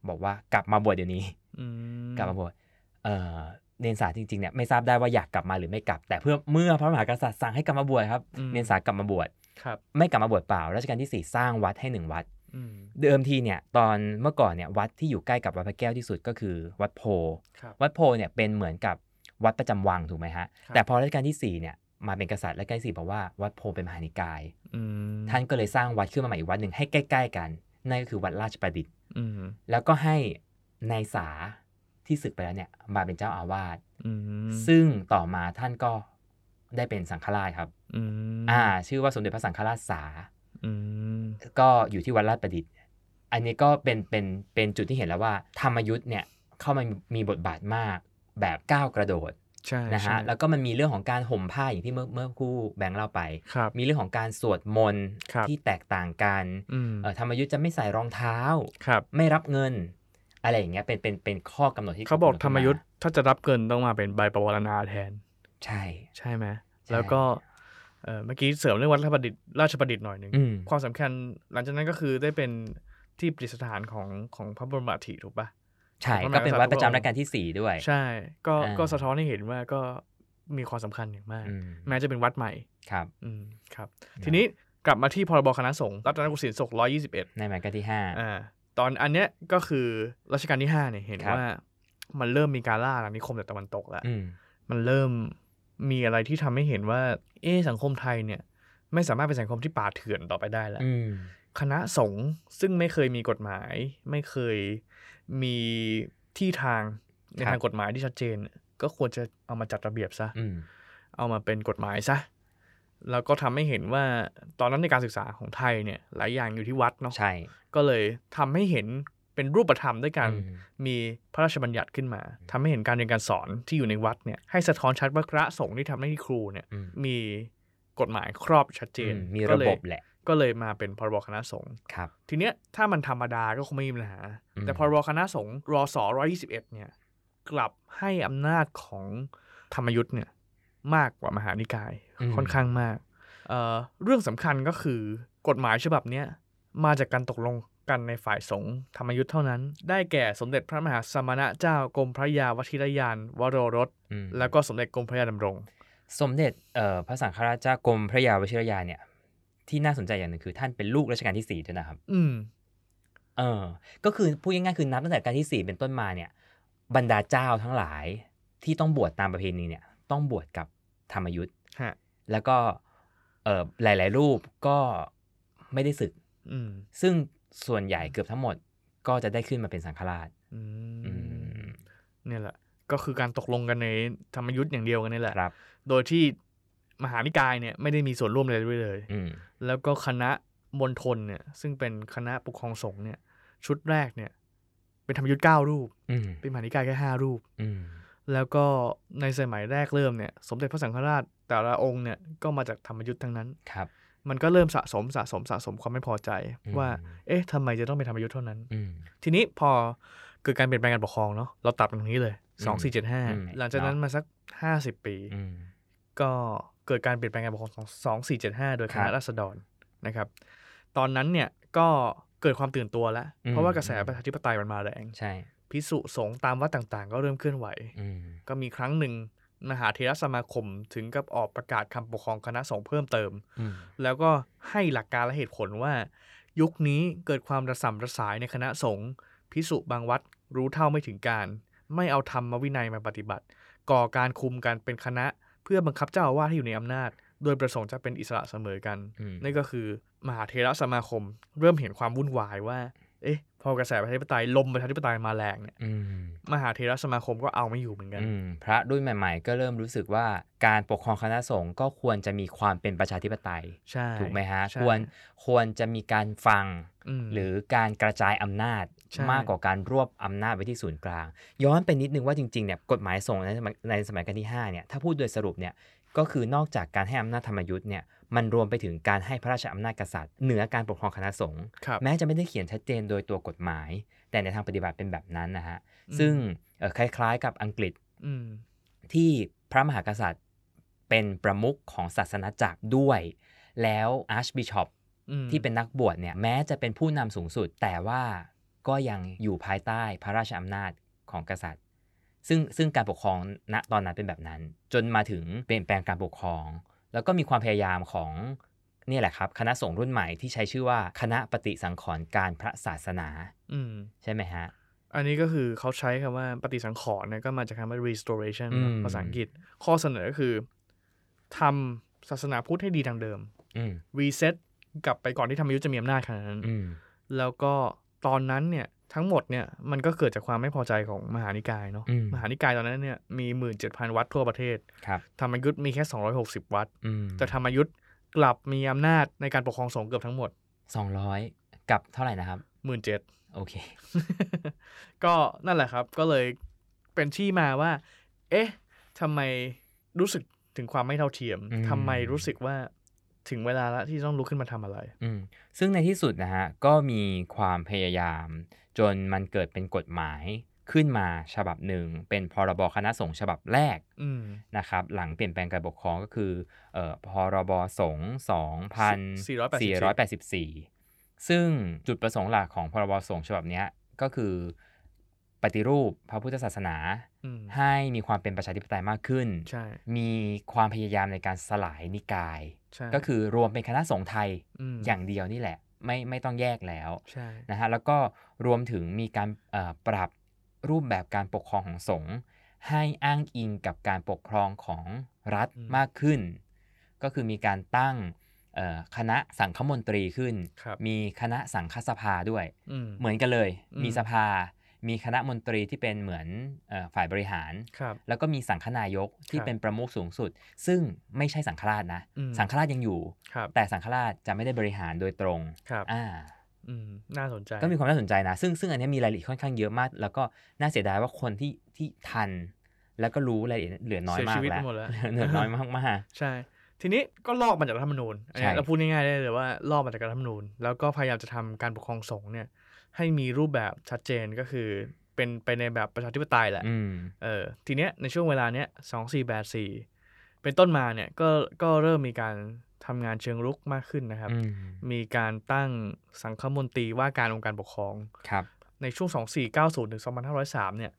บอกว่ากลับมาบวชเดี๋ยวนี้
อืม
กลับมาบวชเอ่อเนนสาจริงๆเนี่ยไม่ทราบได้ว่าอยากกลับมาหรือไม่กลับ แต่เพื่อเมื่อพระมหากษัตริย์สั่งให้กลับมาบวชครับ
อืม
เนนสากลับมาบวช
ครับ
ไม่กลับมาบวชเปล่ารัชกาลที่สี่สร้างวัดให้หนึ่งวัด
อืม
เดิมทีเนี่ยตอนเมื่อก่อนเนี่ยวัดที่อยู่ใกล้กับวัดพระแก้วที่สุดก็คือวัดโพ
ครับ
วัดโพเนี่ยเป็นเหมือนกับวัดประจำวังถูกไหมฮะ แต่พอรัชกาลที่ 4 เนี่ยมาเป็นกษัตริย์รัชกาลที่สี่บอกว่าวัดโพเป็นมหานิกาย
อืม
ท่านก็เลยสร้างวัดขึ้นมาใหม่อีกวัดหนึ่งให้ใกล้ ๆ กัน นั่นก็คือวัดราชประดิษฐ์
อืม
แล้วก็ให้นายสาที่ศึกไปแล้วเนี่ยมาเป็นเจ้าอาวาส
อืม
ซึ่งต่อมาท่านก็ได้เป็นสังฆราชครับ
อืม
อ่า ชื่อว่าสมเด็จพระสังฆราชสา
อืม
ก็อยู่ที่วัดราชประดิษฐ์ อันนี้ก็เป็นเป็นเป็นจุดที่เห็นแล้วว่า ธรรมยุทธ์เนี่ยเข้ามามีบทบาทมากแบบก้าวกระโดด
ใช่
นะ
ใช่
ฮะแล้วก็มันมีเรื่องของการห่มผ้าอย่างที่เมื่อเมื่อครู่แบงค์เล่าไป
ครับ
มีเรื่องของการสวดมนต์
ครับ
ที่แตกต่างกัน
อืม
เอ่อธรรมยุทธ์จะไม่ใส่รองเท้า
ครับ
ไม่รับเงิน อะไรอย่างเงี้ยเป็นเป็นเป็นข้อกำหนดที่
เขาบอก
ำหนด
ธร
ขึ้น
รมยุทธ์ถ้าจะรับเกินต้องมาเป็นใบประวรณาแทน
ใช่
ใช่ไหม
ใช่
แล้วก็เอ่อเมื่อกี้เสริมเรื่องวัดราชประดิษฐ์ราชประดิษฐ์หน่อยหนึ่ง
อืม
ความสำคัญหลังจากนั้นก็คือได้เป็นที่ประดิษฐานของของพระบรมอัฐิถูกปะ
ใช่
ของพ
ก็
ระมหากษัตริย์
เป็นวัดประจำรัชกาลที่ 4 ด้วย
ใช่ก็
อ่า
ก็สะท้อนให้เห็นว่าก็มีความสำคัญอย่างมาก
อืม
แม้จะเป็นวัดใหม่
ครับ
อืมครับ
นะ
ทีนี้กลับมาที่พรบคณะสงฆ์รัตนโกสินทร์ศกร้อยยี่สิบเอ็ด
ในหมายการที่ห้า
อ่าตอนอันเนี้ยก็คือรัชกาลที่ห้าเนี่ยเห็น
ครับ
ว่ามันเริ่มมีการล่าอาณานิคมจากตะวันตกแล้ว
อืม
มันเริ่มมีอะไรที่ทำให้เห็นว่า เอะสังคมไทยเนี่ย ไม่สามารถเป็นสังคมที่ป่าเถื่อนต่อไปได้แล้ว
อืม
คณะสงฆ์ซึ่งไม่เคยมีกฎหมาย ไม่เคยมีที่ทางในทางกฎหมายที่ชัดเจน ก็ควรจะเอามาจัดระเบียบซะ
อืม
เอามาเป็นกฎหมายซะ แล้วก็ทำให้เห็นว่าตอนนั้นในการศึกษาของไทยเนี่ย หลายอย่างอยู่ที่วัดเนาะ
ใช่
ก็เลยทำให้เห็น เป็นรูปธรรมด้วยกัน
อืม
มีพระราชบัญญัติขึ้นมาทำให้เห็นการเรียนการสอนที่อยู่ในวัดเนี่ยให้สะท้อนชัดว่าพระสงฆ์ที่ทำหน้าที่ครูเนี่ย
อืม
มีกฎหมายครอบชัดเจน
อืมมี
ก็
ระ
เล
บ
ย
บแหละ
ก็เลยมาเป็นพรบคณะสงฆ์
ครับ
ทีเนี้ยถ้ามันธรรมดาก็คงไม่มีปัญหา
อืม
แต่พรบคณะสงฆ์รศ121เนี่ยกลับให้อำนาจของธรรมยุทธ์เนี่ยมากกว่ามหานิกาย
อืม
ค่อนข้างมากเอ่อเรื่องสำคัญก็คือกฎหมายฉบับเนี้ยมาจากการตกลงกันในฝ่ายสงฆ์ธรรมยุทธ์เท่านั้น ได้แก่สมเด็จพระมหาสมณะเจ้ากรมพระยาวชิรยานวโรรส
อืม
แล้วก็สมเด็จกรมพระยาดำรง
สมเด็จเอ่อพระสังฆราชเจ้ากรมพระยาวชิรยาเนี่ย ที่น่าสนใจอย่างหนึ่งคือท่านเป็นลูกรัชกาลที่สี่ด้วยนะครับ
อืม
เออ ก็คือพูดง่ายๆคือนับตั้งแต่การที่สี่เป็นต้นมาเนี่ย บรรดาเจ้าทั้งหลายที่ต้องบวชตามประเพณีเนี่ย ต้องบวชกับธรรมยุทธ์
ฮะ
แล้วก็เออหลาย ๆ รูปก็ไม่ได้ศึก
อืม
ซึ่งส่วนใหญ่เกือบทั้งหมดก็จะได้ขึ้นมาเป็นสังฆราช
อื
อื
ม
ม
เนี่ยแหละ ก็คือการตกลงกันในธรรมยุทธ์อย่างเดียวกันนี่แหละ
ครับ
โดยที่มหานิกายเนี่ยไม่ได้มีส่วนร่วมอะไรด้วยเลย
อืม
แล้วก็คณะมณฑลเนี่ย ซึ่งเป็นคณะปกครองสงฆ์เนี่ย ชุดแรกเนี่ย เป็นธรรมยุทธ์เก้ารูป
อืม
เป็นมหานิกายแค่ห้ารูป
อืม
แล้วก็ในสมัยแรกเริ่มเนี่ย สมเด็จพระสังฆราช แต่ละองค์เนี่ยก็มาจากธรรมยุทธ์ทั้งนั้น
ครับ
มันก็เริ่มสะสมสะสมสะสมความไม่พอใจ
อืม
ว่า เอ๊ะทำไมจะต้องเป็นธรรมยุทธ์เท่านั้น
อืม
ทีนี้พอเกิดการเปลี่ยนแปลงการปกครองเนาะเราตัดมันตรงนี้เลย
อืม
สองสี่เจ็ดห้า
อืม
หลังจากนั้นมาสักห้าสิบปี
อืม
ก็เกิดการเปลี่ยนแปลงการปกครองของสองสี่เจ็ดห้าโดยค
ครั
ณะ
บ
ราษฎรนะครับ ตอนนั้นเนี่ยก็เกิดความตื่นตัวแล้ว
อืม
เพราะว่ากระแสประชาธิปไตยมันมาแรง
ใช่
พิสุสงฆ์ตามวัดต่างๆ ก็เริ่มเคลื่อนไหว
อืม
ก็มีครั้งหนึ่งมหาเทรสมาคมถึงกับออกประกาศคำปกครองคณะสงฆ์เพิ่มเติม
อืม
แล้วก็ให้หลักการและเหตุผลว่า ยุคนี้เกิดความระส่ำระสายในคณะสงฆ์พิสุบางวัดรู้เท่าไม่ถึงการ ไม่เอาธรรมวินัยมาปฏิบัติ ก่อการคุมกันเป็นคณะ เพื่อบังคับเจ้าอาวาสที่อยู่ในอำนาจ โดยประสงค์จะเป็นอิสระเสมอกัน
อืม
นั่นก็คือมหาเทระสมาคม เริ่มเห็นความวุ่นวายว่า เอ๊ะ พอกระแสประชาธิปไตยลมประชาธิปไตยมาแรงเนี่ย
อืม
มหาเทระสมาคมก็เอาไม่อยู่เหมือนกัน
อืมพระรุ่นใหม่ ๆ ก็เริ่มรู้สึกว่าการปกครองคณะสงฆ์ก็ควรจะมีความเป็นประชาธิปไตย
ใช่
ถูกไหมฮะ
ใช่
ควรควรจะมีการฟัง
ม
หรือการกระจายอำนาจ
ใช่
มากกว่าการรวบอำนาจไว้ที่ศูนย์กลาง ย้อนไปนิดนึงว่าจริงๆเนี่ยกฎหมายส่งฆ์ในสมัยในสมัยการที่5เนี่ยถ้าพูดโดยสรุปเนี่ยก็คือนอกจากการให้อำนาจธรรมยุทธ์เนี่ยมันรวมไปถึงการให้พระราชอำนาจกษัตริย์ เหนือการปกครองคณะสงฆ์
ครับ
แม้จะไม่ได้เขียนชัดเจนโดยตัวกฎหมาย แต่ในทางปฏิบัติเป็นแบบนั้นนะฮะ
อืม
ซึ่งเอ่อคล้ายๆ กับอังกฤษ
อืม
ที่พระมหากษัตริย์ เป็นประมุขของศาสนาจักรด้วย แล้วอาร์ชบิชอป
อืม
ที่เป็นนักบวชเนี่ยแม้จะเป็นผู้นำสูงสุด แต่ว่าก็ยังอยู่ภายใต้พระราชอำนาจของกษัตริย์ ซึ่งซึ่งการปกครองณตอนนั้นเป็นแบบนั้น จนมาถึงเปลี่ยนแปลงการปกครอง แล้วก็มีความพยายามของเนี่ยแหละครับ คณะสงฆ์รุ่นใหม่ที่ใช้ชื่อว่าคณะปฏิสังขรณ์การพระศาสนา
อืม
ใช่ไหมฮะ
อันนี้ก็คือเขาใช้คำว่าปฏิสังขรณ์เนี่ยก็มาจากคำว่า restoration
อืม
เนอะภาษาอังกฤษ ข้อเสนอก็คือทำศาสนาพุทธให้ดีทางเดิม
อืม
reset กลับไปก่อนที่ธรรมยุทธ์จะมีอำนาจขนาดนั้น
อืม
แล้วก็ตอนนั้นเนี่ยทั้งหมดเนี่ยมันก็เกิดจากความไม่พอใจของมหานิกายเนาะ
อืม
มหานิกายตอนนั้นเนี่ยมี 17,000 วัดทั่วประเทศ
ครับ
ธรรมยุทธ์มีแค่ 260 วัด
อืม
แต่ธรรมยุทธ์กลับมีอำนาจในการปกครองสงฆ์เกือบทั้งหมด
สองร้อยกับเท่าไหร่นะครับ
17,000
โอเค
ก็นั่นแหละครับก็เลยเป็นที่มาว่า เอ๊ะทำไมรู้สึกถึงความไม่เท่าเทียม
อืม
ทำไมรู้สึกว่าถึงเวลาละที่ต้องลุกขึ้นมาทำอะไร
อืมซึ่งในที่สุดนะฮะ ก็มีความพยายาม จนมันเกิดเป็นกฎหมายขึ้นมาฉบับหนึ่ง เป็นพรบคณะสงฆ์ฉบับแรก
อืม
นะครับ หลังเปลี่ยนแปลงการปกครองก็คือเอ่อพรบสงฆ์2484 ซึ่งจุดประสงค์หลักของพรบสงฆ์ฉบับเนี้ยก็คือปฏิรูปพระพุทธศาสนา
อืม
ให้มีความเป็นประชาธิปไตยมากขึ้น
ใช่
มีความพยายามในการสลายนิกาย
ใช่
ก็คือรวมเป็นคณะสงฆ์ไทย
ม
อย่างเดียวนี่แหละ ไม่ไม่ต้องแยกแล้ว
ใช่
นะฮะแล้วก็รวมถึงมีการเอ่อปรับรูปแบบการปกครองของสงฆ์ให้อ้างอิงกับการปกครองของรัฐมากขึ้น ก็คือมีการตั้งเอ่อคณะสังฆมนตรีขึ้น
ครับ
มีคณะสังฆสภาด้วย
อืม
เหมือนกันเลย
อืม
มีสภา มีคณะมนตรีที่เป็นเหมือนเอ่อฝ่ายบริหาร
ครับ
แล้วก็มีสังฆนายกที่
ครับ
เป็นประมุขสูงสุด ซึ่งไม่ใช่สังฆราชนะ
อืม
สังฆราชยังอยู่
ครับ
แต่สังฆราชจะไม่ได้บริหารโดยตรง
ครับ
อ่า
อืมน่าสนใจ
ก็มีความน่าสนใจนะ ซึ่งซึ่งอันเนี้ยมีรายละเอียดค่อนข้างเยอะมาก แล้วก็น่าเสียดายว่าคนที่ที่ทัน แล้วก็รู้รายละเอียดเหลือน้อย
เสีย
มาก
ชีวิต
แล้ว
หมดแล้ว
เหลือน้อยมากมาก
ใช่ ทีนี้ก็ลอกมาจากรัฐธรรมนูญอันเนี้ย
ใช่
เราพูดง่ายๆได้เลยว่าลอกมาจากรัฐธรรมนูญ แล้วก็พยายามจะทำการปกครองสงฆ์เนี่ย ให้มีรูปแบบชัดเจนก็คือเป็นไปในแบบประชาธิปไตยแหละ
ๆอืม
เออทีเนี้ยในช่วงเวลาเนี้ยสองสี่แปดสี่เป็นต้นมาเนี่ยก็ก็เริ่มมีการทำงานเชิงรุกมากขึ้นนะครับ
อืม
มีการตั้งสังฆมนตรีว่าการองค์การปกครอง
ครับ
ในช่วง 2490ถึง2503เนี่ย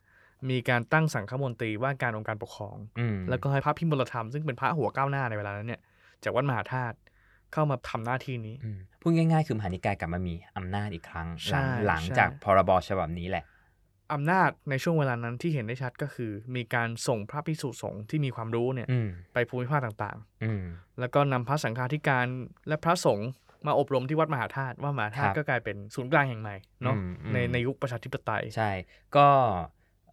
มีการตั้งสังฆมนตรีว่าการองค์การปกครอง
อืม
แล้วก็ให้พระพิมลธรรมซึ่งเป็นพระหัวก้าวหน้าในเวลานั้นเนี่ยจากวัดมหาธาตุเข้ามาทำหน้าที่นี้
อืมพูดง่ายๆ คือมหานิกายกลับมามีอำนาจอีกครั้ง หลัง
ใช่
หลัง
ใช่
จากพรบฉบับนี้แหละ
อำนาจในช่วงเวลานั้นที่เห็นได้ชัดก็คือ มีการส่งพระภิกษุสงฆ์ที่มีความรู้เนี่ย
อืม
ไปภูมิภาคต่างๆ
อืม
แล้วก็นำพระสังฆาธิการและพระสงฆ์มาอบรมที่วัดมหาธาตุว่ามหาธาตุ
ครับ
ก็กลายเป็นศูนย์กลางแห่งใหม่เนาะ
อืมอืม
ในในยุคประชาธิปไตย
ใช่ ก็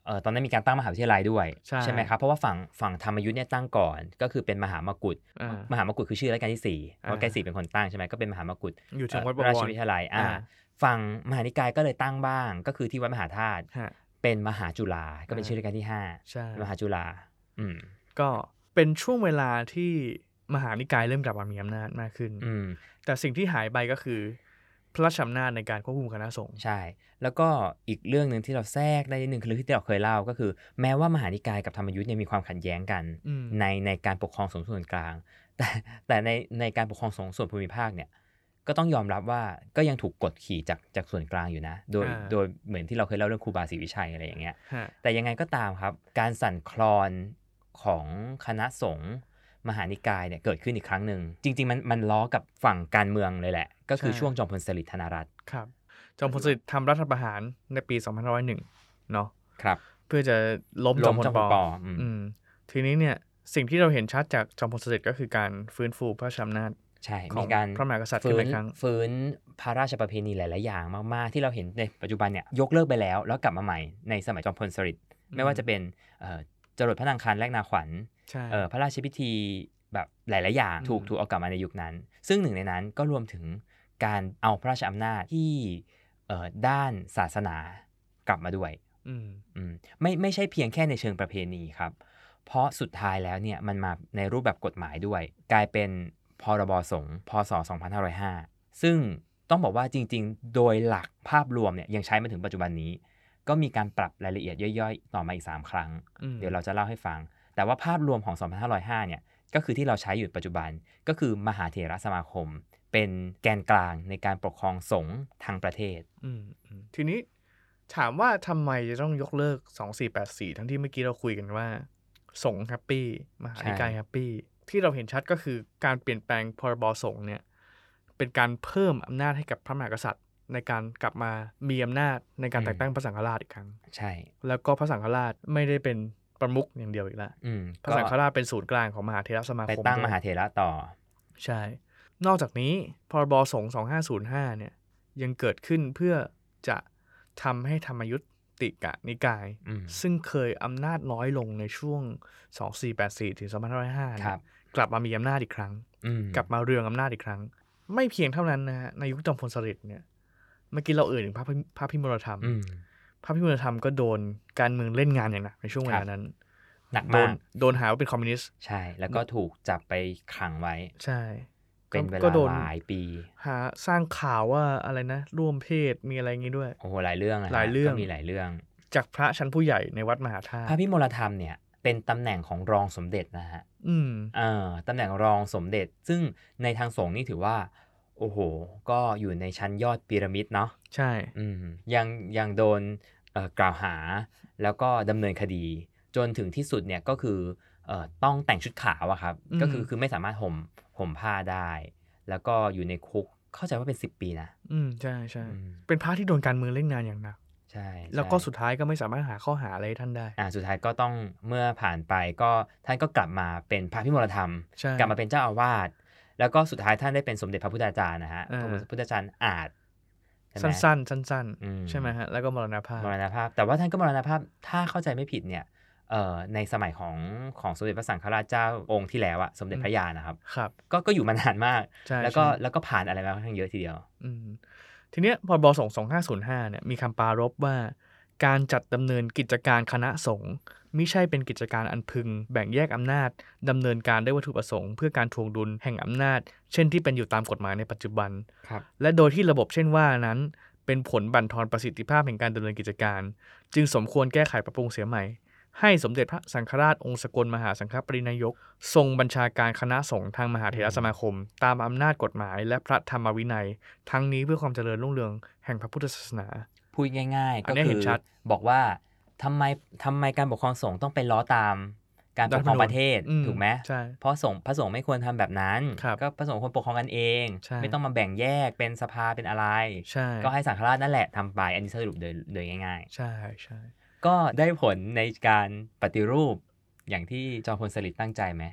เอ่อตอนนั้นมีการตั้งมหาวิทยาลัยด้วย
ใช่
ไหมครับ เพราะว่าฝั่งฝั่งธรรมยุทธ์เนี่ยตั้งก่อน ก็คือเป็นมหามกุฏ
อ่า
มหามกุฏคือชื่อรัชกาลที่สี่เพ
อ่า
ราะรัชกาลที่สี่เป็นคนตั้งใช่ไหมก็เป็นมหามกุฏ
อยู่ถึง
เอ่อ
วัดบวร
ราชวิทยาลัยอ่า
อ่า
ฝั่งมหานิกายก็เลยตั้งบ้าง ก็คือที่วัดมหาธาตุ
ฮะ
เป็นมหาจุฬาก็เป็น
อ่า
ชื่อรัชกาลที่ห้า
ใช่
มหาจุฬาอืม
ก็เป็นช่วงเวลาที่มหานิกายเริ่มกลับมามีอำนาจมากขึ้น
อืม
แต่สิ่งที่หายไปก็คือ พระราชอำนาจในการควบคุมคณะสงฆ์
ใช่ แล้วก็อีกเรื่องหนึ่งที่เราแทรกได้นิดนึงคือเรื่องที่เราเคยเล่าก็คือ แม้ว่ามหานิกายกับธรรมยุทธ์เนี่ยมีความขัดแย้งกัน
อืม
ในในการปกครองสงฆ์ส่วนกลาง แต่แต่ในในการปกครองสงฆ์ส่วนภูมิภาคเนี่ยก็ต้องยอมรับว่าก็ยังถูกกดขี่จากจากส่วนกลางอยู่นะ โดย
า
โดยเหมือนที่เราเคยเล่าเรื่องครูบาศรีวิชัยอะไรอย่างเงี้ย
ฮะ
แต่ยังไงก็ตามครับ การสั่นคลอนของคณะสงฆ์มหานิกายเนี่ยเกิดขึ้นอีกครั้งหนึ่ง จริง ๆ มันมันล้อกับฝั่งการเมืองเลยแหละ ก็คือช่วงจอมพลสฤษดิ์ธนรัตน์
ครับจอมพลสฤษดิ์ทำรัฐประหารในปี2501เนาะ
ครับ
เพื่อจะล้มจอมพลปอ
อืม
อืมทีนี้เนี่ยสิ่งที่เราเห็นชัดจากจอมพลสฤษดิ์ก็คือการฟื้นฟูพระราชอำนาจ
ใช่
ของ
มีการ
พระมหากษัตริย์ขึ้น
ฟื้
มาน อีกครั้ง
ฟื้นพระราชประเพณีหลาย ๆ อย่างมาก ๆ ที่เราเห็นในปัจจุบันเนี่ยยกเลิกไปแล้ว แล้วกลับมาใหม่ในสมัยจอมพลสฤษดิ์
อืม
ไม่ว่าจะเป็นเอ่อจรดพระนางคันแลกนาขวัญ
ใช่
เอ่อพระราชพิธีแบบหลาย ๆ อย่าง
อืม
ถูกถูกเอากลับมาในยุคนั้น ซึ่งหนึ่งในนั้นก็รวมถึงการเอาพระราชอำนาจที่เอ่อด้านศาสนากลับมาด้วย
อืม
อืมไม่ไม่ใช่เพียงแค่ในเชิงประเพณีครับ เพราะสุดท้ายแล้วเนี่ยมันมาในรูปแบบกฎหมายด้วย กลายเป็นพรบสงฆ์พศ 2505 ซึ่งต้องบอกว่าจริงๆ โดยหลักภาพรวมเนี่ยยังใช้มาถึงปัจจุบันนี้ ก็มีการปรับรายละเอียดย่อยๆ ต่อมาอีก 3 ครั้ง
อืม
เดี๋ยวเราจะเล่าให้ฟัง แต่ว่าภาพรวมของ 2505 เนี่ยก็คือที่เราใช้อยู่ปัจจุบันก็คือมหาเถรสมาคม เป็นแกนกลางในการปกครองสงฆ์ทางประเทศ
อืมอืมทีนี้ถามว่าทำไมจะต้องยกเลิกสองสี่แปดสี่ทั้งที่เมื่อกี้เราคุยกันว่า สงฆ์แฮปปี้มหานิกาย
ใช่
แฮปปี้ที่เราเห็นชัดก็คือการเปลี่ยนแปลงพรบสงฆ์เนี่ยเป็นการเพิ่มอำนาจให้กับพระมหากษัตริย์ ในการกลับมามีอำนาจในการแต่งตั้งพระสังฆราชอีกครั้ง
ใช่
แล้วก็พระสังฆราชไม่ได้เป็นประมุขอย่างเดียวอีกแล้ว
อืม
พระสังฆราชเป็นศูนย์กลางของมหาเทรสมาคม
ไปตั้ง
ด้
ม
วย
หาเถระต่อ
ใช่ นอกจากนี้พรบสงฆ์2505 เนี่ย ยังเกิดขึ้นเพื่อจะทำให้ธรรมยุติกะนิกาย
อืม
ซึ่งเคยอำนาจน้อยลงในช่วง 2484 ถึง 2505
ค
เนี่
รั
ย
บ
กลับมามีอำนาจอีกครั้ง
อืม
กลับมาเรืองอำนาจอีกครั้ง ไม่เพียงเท่านั้นนะฮะ ในยุคจอมพลสฤษดิ์เนี่ย เมื่อกี้เราเอ่ยถึงพระพิพระพิมลธรรม
อืม
พระพิมลธรรมก็โดนการเมืองเล่นงานอย่างหนักในช่วงเว
ครั
ลา
บ
นั้น
หนัก
โด
มาน ก
โดนหาว่าเป็นคอมมิวนิสต์
ใช่แล้วก็ถูกจับไปขังไว้
ใช่ก็
เป็นเว
ก็
ลา
โดน
หลายปี
หาสร้างข่าวว่าอะไรนะ ร่วมเพศมีอะไรงี้ด้วย
โอ้โหหลายเรื่องนะฮะ
หลายเรื่อง
ก็มีหลายเรื่อง
จากพระชั้นผู้ใหญ่ในวัดมหาธาตุ
พระพิมลธรรมเนี่ยเป็นตำแหน่งของรองสมเด็จนะฮะ
อืม
เอ่อตำแหน่งรองสมเด็จ ซึ่งในทางสงฆ์นี่ถือว่า โอ้โห ก็อยู่ในชั้นยอดพีระมิดเนาะ
ใช่
อืมยังยังโดนเอ่อกล่าวหาแล้วก็ดำเนินคดี จนถึงที่สุดเนี่ยก็คือเอ่อต้องแต่งชุดขาวอะครับ
อืม
ก็คือคือไม่สามารถห่มห่มผ้าได้ แล้วก็อยู่ในคุกเข้าใจว่าเป็น 10 ปีนะ
อืมใช่ใช่
อืม
เป็นพระที่โดนการเมืองเล่นงานอย่างหนัก
ใช่
แล้วก็
ใช่
สุดท้ายก็ไม่สามารถหาข้อหาอะไรให้ท่านได้
อ่าสุดท้ายก็ต้องเมื่อผ่านไปก็ท่านก็กลับมาเป็นพระพิมลธรรม
ใช่
กลับมาเป็นเจ้าอาวาสแล้วก็สุดท้ายท่านได้เป็นสมเด็จพระพุทธาจารย์นะฮะ
อ่า
พระพุทธาจารย์อาจใช่ไหม
สั้นๆ สั้น
อืม
ๆ ใช่ไหมฮะ แล้วก็มรณภาพ
มรณภาพ แต่ว่าท่านก็มรณภาพถ้าเข้าใจไม่ผิดเนี่ยเอ่อในสมัยของของสมเด็จพระสังฆราชเจ้าองค์ที่แล้วอะสมเด็จพระยานะครับ
ครับ
ก็ก็อยู่มานานมาก
ใช่
แล้วก็
ใช่
แล้วก็ผ่านอะไรมาค่อนข้างเยอะทีเดียว
อืม ทีเนี้ยพรบสงฆ์2505เนี่ยมีคำปรารบว่า การจัดดำเนินกิจการคณะสงฆ์มิใช่เป็นกิจการอันพึง แบ่งแยกอำนาจดำเนินการด้วยวัตถุประสงค์เพื่อการทวงดุลแห่งอำนาจ เช่นที่เป็นอยู่ตามกฎหมายในปัจจุบัน
ครับ
และโดยที่ระบบเช่นว่านั้น เป็นผลบั่นทอนประสิทธิภาพแห่งการดำเนินกิจการ จึงสมควรแก้ไขปรับปรุงเสียใหม่ ให้สมเด็จพระสังฆราชองค์สกลมหาสังฆปรินายก ทรงบัญชาการคณะสงฆ์ทางมหาเถรสมาคม ตามอำนาจกฎหมายและพระธรรมวินัย ทั้งนี้เพื่อความเจริญรุ่งเรืองแห่งพระพุทธศาสนา
พูดง่าย ๆ
อัน
ก็
เนี้ย
คื
เห็
อน
ชัด
บอกว่าทำไมทำไมการปกครองสงฆ์ต้องไปล้อตาม การปกครอ
รัฐธ
ง
รรมนูญ
ประเทศ
อื
ถูกไหม
ใช่
เพราะสงฆ์พระสงฆ์ไม่ควรทำแบบนั้น
ครับ
ก็พระสงฆ์ควรปกครองกันเอง
ใช่
ไม่ต้องมาแบ่งแยกเป็นสภาเป็นอะไร
ใช่
ก็ให้สังฆราชนั่นแหละทำไปอันนี้สรุปโดยโดยง่าย
ใช่ใช่
ๆ ก็ได้ผลในการปฏิรูปอย่างที่จอมพลสฤษดิ์ตั้งใจไหม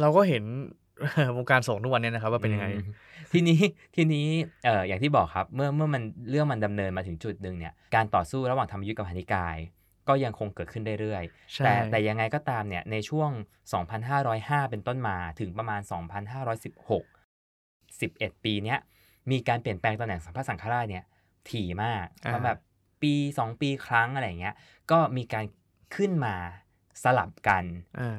เราก็เห็น วงการสงฆ์ทุกวันเนี้นะครับว่าเป็นยังไง
อืม ทีนี้ทีนี้เอ่ออย่างที่บอกครับเมื่อเมื่อมันเรื่องมันดำเนินมาถึงจุดหนึ่งเนี่ยการต่อสู้ระหว่างธรรมยุทธกับพานิกาย ก็ยังคงเกิดขึ้นเรื่อยๆ
ใช่
แต่แต่ยังไงก็ตามเนี่ยในช่วง 2,505 เป็นต้นมาถึงประมาณ 2,516 11 ปีเนี้ยมีการเปลี่ยนแปลงตำแหน่งสัมพระสังฆราชเนี่ยถี่มาก
อ่า
ว่าแบบปี 2 ปีครั้งอะไรอย่างเงี้ยก็มีการขึ้นมาสลับกัน
อ่า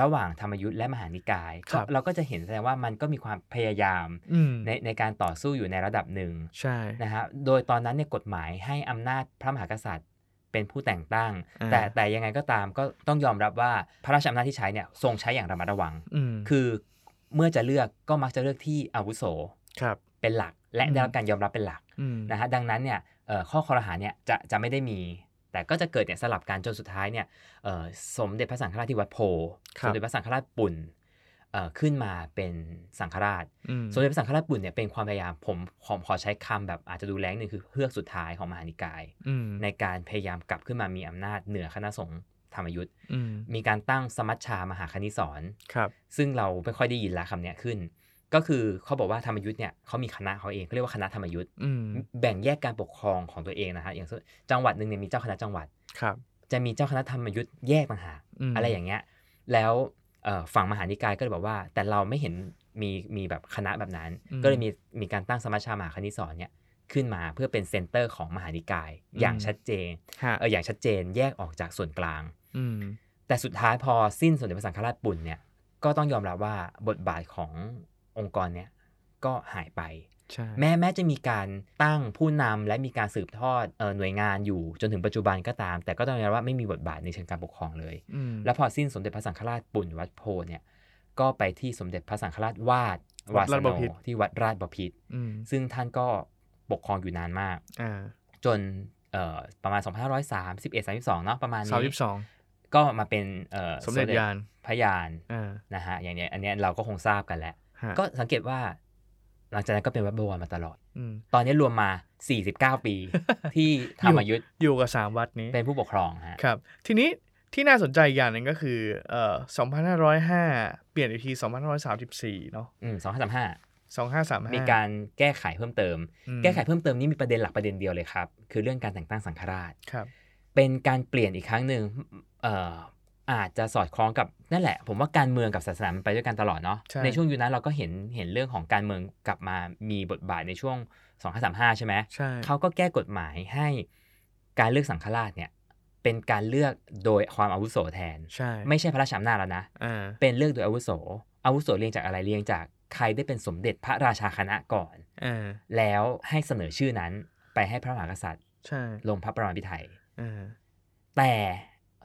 ระหว่างธรรมยุทธ์และมหานิกาย
ครับ
ก็เราก็จะเห็นแสดงว่ามันก็มีความพยายาม
อืม
ในในการต่อสู้อยู่ในระดับหนึ่ง
ใช่
นะฮะโดยตอนนั้นเนี่ยกฎหมายให้อำนาจพระมหากษัตริย์ เป็นผู้แต่งตั้ง
อ่า
แต่แต่ยังไงก็ตามก็ต้องยอมรับว่าพระราชอำนาจที่ใช้เนี่ยทรงใช้อย่างระมัดระวัง
อืม
คือเมื่อจะเลือกก็มักจะเลือกที่อาวุโส
ครับ
เป็นหลัก และ
อืม
ได้รับการยอมรับเป็นหลัก
อืม
นะฮะดังนั้นเนี่ยเอ่อข้อคอรหาเนี่ยจะจะไม่ได้มี แต่ก็จะเกิดเนี่ยสลับกันจนสุดท้ายเนี่ย เอ่อสมเด็จพระสังฆราชที่วัดโพสมเด็จพระสังฆราชปุ่นเอ่อขึ้นมาเป็นสังฆราช
อืม
สมเด็จพระสังฆราชปุ่นเนี่ยเป็นความพยายามผมผมขอใช้คำแบบอาจจะดูแรงหนึ่งคือเฮือกสุดท้ายของมหานิกาย
อืม
ในการพยายามกลับขึ้นมามีอำนาจเหนือคณะสงฆ์ธรรมยุทธ์
อืม
มีการตั้งสมัชชามหาคณิสอน
ครับ
ซึ่งเราไม่ค่อยได้ยินละคำเนี้ยขึ้น ก็คือเขาบอกว่าธรรมยุทธ์เนี่ยเขามีคณะเขาเองเขาเรียกว่าคณะธรรมยุทธ์
อืม
แบ่งแยกการปกครองของตัวเองนะฮะอย่างเช่นจังหวัดหนึ่งเนี่ยมีเจ้าคณะจังหวัด
ครับ
จะมีเจ้าคณะธรรมยุทธ์แยกต่างหาก
ม
อะไรอย่างเงี้ย แล้วเอ่อฝั่งมหานิกายก็เลยบอกว่า แต่เราไม่เห็นมีมีแบบคณะแบบนั้น ก็เลยมีมีการตั้งสมาชามหาคณิสอนเนี่ยขึ้นมาเพื่อเป็นเซ็นเตอร์ของมหานิกาย อย่างชัดเจน
ฮะ
เอออย่างชัดเจนแยกออกจากส่วนกลาง
อืม
แต่สุดท้ายพอสิ้นสมเด็จพระสังฆราชปุ่นเนี่ยก็ต้องยอมรับว่าบทบาทขององค์กรเนี่ยก็หายไป
ใช่
แม้แม้จะมีการตั้งผู้นำและมีการสืบทอดเอ่อหน่วยงานอยู่จนถึงปัจจุบันก็ตาม แต่ก็ต้องยอมรับว่าไม่มีบทบาทในเชิงการปกครองเลย
อืม
แล้วพอสิ้นสมเด็จพระสังฆราชปุ่นวัดโพเนี่ยก็ไปที่สมเด็จพระสังฆราชวาด
วั
วา
ด
ส
ราชบ
โน
พิตร
ที่วัดราชบพิตร
อืม
ซึ่งท่านก็ปกครองอยู่นานมาก
อ่า
จนเอ่อประมาณ 2531 32เนาะประมาณ
สาว
นี้
ยี่สิบสอง
ก็มาเป็นเอ่อ
สมเด็จยาน
พระยาน
อ่า
นะฮะอย่างเนี้ยอันเนี้ยเราก็คงทราบกันแล้ว
ฮะ
ก็สังเกตว่า หลังจากนั้นก็เป็นวัดบวรมาตลอด
อืม
ตอนนี้รวมมา 49 ปี ที่ธรรมยุทธ
อยู่กับสามวัดนี้
เป็นผู้ปกครองฮะ
ครับ ทีนี้ที่น่าสนใจอีกอย่างหนึ่งก็คือเอ่อ2505 เปลี่ยนอีกที2534เนาะ
อืมสองพันสามห้า
2535
มีการแก้ไขเพิ่มเติม
อืม
แก้ไขเพิ่มเติมนี้มีประเด็นหลักประเด็นเดียวเลยครับ คือเรื่องการแต่งตั้งสังฆราช
ครับ
เป็นการเปลี่ยนอีกครั้งหนึ่งเอ่ออาจจะสอดคล้องกับนั่นแหละ ผมว่าการเมืองกับศาสนามันไปด้วยกันตลอดเนาะ
ใช่
ช่วงยุคนั้นเราก็เห็นเห็นเรื่องของการเมืองกลับมามีบทบาทในช่วง 2535 ใช่ไหม
ใช่
เขาก็แก้กฎหมายให้การเลือกสังฆราชเนี่ยเป็นการเลือกโดยความอาวุโสแทน
ใช่
ไม่ใช่พระราชอำนาจแล้วนะ
อ่า
เป็นเลือกโดยอาวุโสอาวุโสเรียงจากอะไรเรียงจากใครได้เป็นสมเด็จพระราชาคณะก่อน
อ่า
แล้วให้เสนอชื่อนั้นไปให้พระมหากษัตริย์
ใช่
ลงพระประมาพิไทย
อ่า
แต่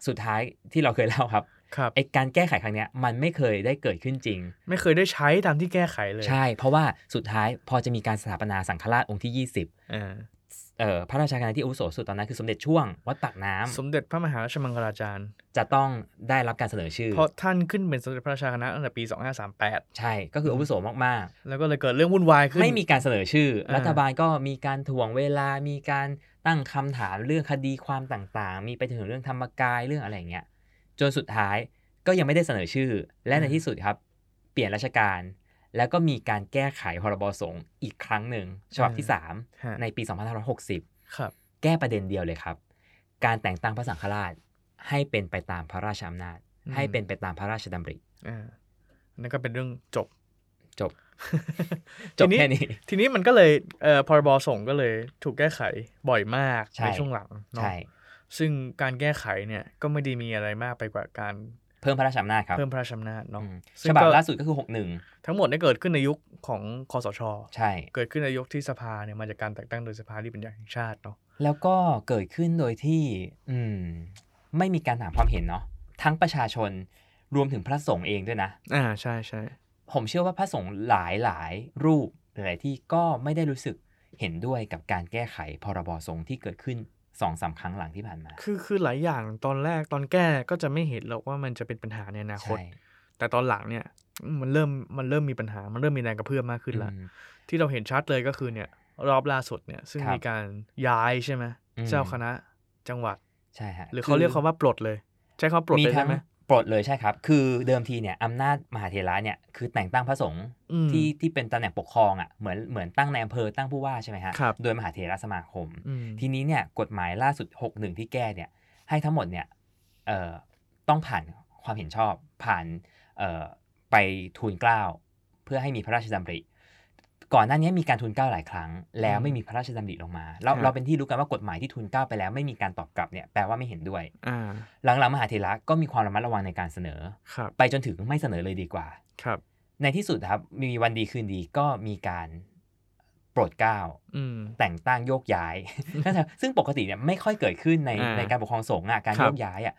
สุดท้ายที่เราเคยเล่าครับ
ครับ
ไอการแก้ไขครั้งเนี้ยมันไม่เคยได้เกิดขึ้นจริง
ไม่เคยได้ใช้ตามที่แก้ไขเลย
ใช่ เพราะว่าสุดท้ายพอจะมีการสถาปนาสังฆราชองค์ที่ 20
อ่า
เอ่อพระราชาคณะที่อาวุโสสุดตอนนั้นคือสมเด็จช่วงวัดปากน้ำ
สมเด็จพระมหาราชมังคลาจารย์
จะต้องได้รับการเสนอชื่อ
เพราะท่านขึ้นเป็นสมเด็จพระราชาคณะตั้งแต่ปี 2538
ใช่ก็คืออาวุโสมาก
แล้วก็เลยเกิดเรื่องวุ่นวายขึ้น
ๆไม่มีการเสนอชื่อ
อ่า
รัฐบาลก็มีการถ่วงเวลามีการตั้งคำถามเรื่องคดีความต่างๆ มีไปถึงเรื่องธรรมกายเรื่องอะไรอย่างเงี้ยจนสุดท้ายก็ยังไม่ได้เสนอชื่อ และในที่สุดครับ เปลี่ยนราชการ แล้วก็มีการแก้ไขพรบสงฆ์อีกครั้งหนึ่งฉบับที่
ฮะ
3 ในปี 2560
ครับ
แก้ประเด็นเดียวเลยครับ การแต่งตั้งพระสังฆราชให้เป็นไปตามพระราชอำนาจ
อืม
ให้เป็นไปตามพระราชดำริ
อ่าอันนั่นก็เป็นเรื่องจบ
จบ จ
ที
บ
นี้
แค่นี้
ทีนี้มันก็เลยเอ่อพรบส่งก็เลยถูกแก้ไขบ่อยมาก
ใช่
ในช่วงหลังเนาะ
ใช่
ซึ่งการแก้ไขเนี่ยก็ไม่ได้มีอะไรมากไปกว่าการ
เพิ่มพระราชอำนาจครับ
เพิ่มพระราชอำนาจเนาะ
อืม
ซึ่ง
ฉบับ
ก็
ล่าสุดก็คือหกหนึ่ง
ทั้งหมดเนี่ยเกิดขึ้นในยุคของคอสช
ใช่
เกิดขึ้นในยุคที่สภาเนี่ยมาจากการแต่งตั้งโดยสภาที่เป็นอย่างแห่งชาติเนาะ
แล้วก็เกิดขึ้นโดยที่ อืม ไม่มีการถามความเห็นเนาะทั้งประชาชนรวมถึงพระสงฆ์เองด้วยนะ
อ่าใช่ใช่
ผมเชื่อว่าพระสงฆ์หลายหลายรูปหลาย ๆ ที่ก็ไม่ได้รู้สึกเห็นด้วยกับการแก้ไขพรบสงฆ์ที่เกิดขึ้นสองสามครั้งหลังที่ผ่านมา
คือคือหลายอย่างตอนแรกตอนแก้ก็จะไม่เห็นหรอกว่ามันจะเป็นปัญหาในอนาคต
ใช่
แต่ตอนหลังเนี่ยอืมมันเริ่มมันเริ่มมีปัญหา มันเริ่มมีแรงกระเพื่อมมากขึ้นละ
อืม
ที่เราเห็นชัดเลยก็คือเนี่ยรอบล่าสุดเนี่ยซึ่ง
ครับ
มีการย้ายใช่ไหม
อืม
เจ้าคณะจังหวัด
ใช่ฮะ
หรือเขาเรียกคำว่าปลดเลย ใช้คำว่าปลดเลย
ทั้
ได้
ง
ไหม
ปลดเลยใช่ครับ คือเดิมทีเนี่ยอำนาจมหาเถระเนี่ยคือแต่งตั้งพระสงฆ์
อืม
ที่ที่เป็นตำแหน่งปกครองอ่ะเหมือนเหมือนตั้งในอำเภอตั้งผู้ว่าใช่ไหมฮะ
ครับ
โดยมหาเถระสมาคม
อืม
ทีนี้เนี่ยกฎหมายล่าสุด 6 1 ที่แก้เนี่ยให้ทั้งหมดเนี่ยเอ่อต้องผ่านความเห็นชอบผ่านเอ่อไปทูลเกล้าเพื่อให้มีพระราชดำริ ก่อนหน้านี้มีการทูลเกล้าหลายครั้ง แล้วไม่มีพระราชดำริลงมาเราเราเป็นที่รู้กันว่ากฎหมายที่ทูลเกล้าไปแล้วไม่มีการตอบกลับเนี่ยแปลว่าไม่เห็นด้วย
อ่า
หลังๆมหาเถระก็มีความระมัดระวังในการเสนอ
ครับ
ไปจนถึงไม่เสนอเลยดีกว่า
ครับ
ในที่สุดนะครับมีวันดีคืนดีก็มีการโปรดเกล้า
อืม
แต่งตั้งโยกย้าย นะครับซึ่งปกติเนี่ยไม่ค่อยเกิดขึ้นใน
อ่า
ในการปกครองสงฆ์อะการ
ครับ
โยกย้ายอ่ะ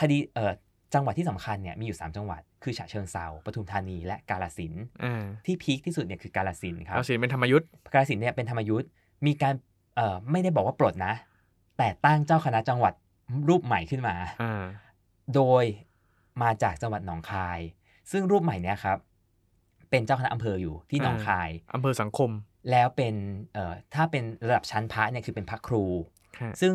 คดีเอ่อจังหวัดที่สำคัญเนี่ยมีอยู่ 3 จังหวัด คือฉะเชิงเซาปทุมธานีและกาฬสินธุ์
อ่า
ที่พีคที่สุดเนี่ยคือกาฬสินธุ์ครับ
เอาสิเป็นธรรมยุทธ์
กาฬสินธุ์เนี่ยเป็นธรรมยุทธ์มีการเอ่อไม่ได้บอกว่าปลดนะ แต่ตั้งเจ้าคณะจังหวัดรูปใหม่ขึ้นมา
อ่า
โดยมาจากจังหวัดหนองคาย ซึ่งรูปใหม่เนี่ยครับเป็นเจ้าคณะอำเภออยู่ที่หนอง
อ่า
คาย
อำเภอสังคม
แล้วเป็นเอ่อถ้าเป็นระดับชั้นพระเนี่ยคือเป็นพระครู
ฮะ
ซึ่ง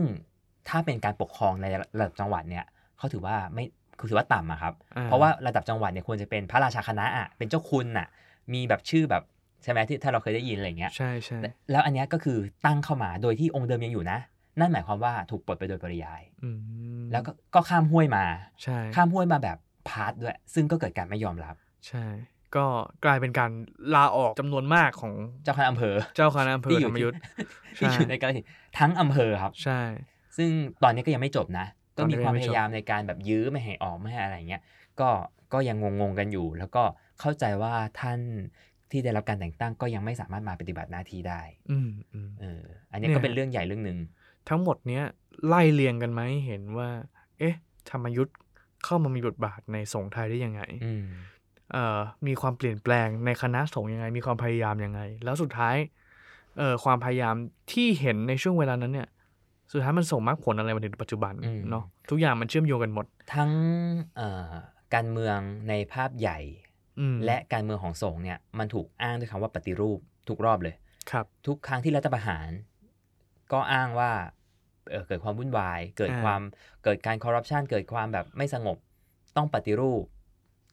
ถ้าเป็นการปกครองในระดับจังหวัดเนี่ยเขาถือว่าไม่คือถือว่าต่ำอะครับ
อ่
เพราะว่าระดับจังหวัดเนี่ยควรจะเป็นพระราชาคณะอะเป็นเจ้าคุณอะมีแบบชื่อแบบใช่ไหมที่ถ้าเราเคยได้ยินอะไรเงี้ย
ใช่ใช่
แต่แล้วอันเนี้ยก็คือตั้งเข้ามาโดยที่องค์เดิมยังอยู่นะ นั่นหมายความว่าถูกปลดไปโดยปริยาย
อืม
แล้วก็ก็ข้ามห้วยมา
ใช่
ข้ามห้วยมาแบบพาร์ทด้วย ซึ่งก็เกิดการไม่ยอมรับ
ใช่ ก็กลายเป็นการลาออกจำนวนมากของ
เจ้าคณะอำเภอ
เจ้าคณะอำเภอ
ที่
ธ
อ
รร
ยู่
ม
ที่
ยุทธ์
ที่อยู่ในกาฬสินธุ์ทั้งอำเภอครับ
ใช่
ซึ่งตอนนี้ก็ยังไม่จบนะ ก็มี
ตอนนี้
ค
ยังไม่จบ
วามพยายามในการแบบยื้อไม่ให้ออกไม่ให้อะไรเงี้ย ก็ก็ยังงงๆกันอยู่ แล้วก็เข้าใจว่าท่านที่ได้รับการแต่งตั้งก็ยังไม่สามารถมาปฏิบัติหน้าที่ได้
อืมอืม
เออ อันเนี้ย
เนี่ย
ก็เป็นเรื่องใหญ่เรื่องหนึ่ง
ทั้งหมดเนี้ยไล่เรียงกันไหมาให้เห็นว่า เอ๊ะ ธรรมยุทธ์เข้ามามีบทบาทในสงฆ์ไทยได้ยังไง
อืม
เอ่อ มีความเปลี่ยนแปลงในคณะสงฆ์ยังไง มีความพยายามยังไง แล้วสุดท้าย เอ่อ ความพยายามที่เห็นในช่วงเวลานั้นเนี่ย สุดท้ายมันส่งมรรคผลอะไรมาถึงปัจจุบัน
อืม
เนาะ ทุกอย่างมันเชื่อมโยงกันหมด
ทั้งเอ่อการเมืองในภาพใหญ่
อืม
และการเมืองของสงฆ์เนี่ยมันถูกอ้างด้วยคำว่าปฏิรูปทุกรอบเลย
ครับ
ทุกครั้งที่รัฐประหาร ก็อ้างว่าเอ่อเกิดความวุ่นวาย เกิด
อ่า
ความเกิดการคอร์รัปชันเกิดความแบบไม่สงบ ต้องปฏิรูป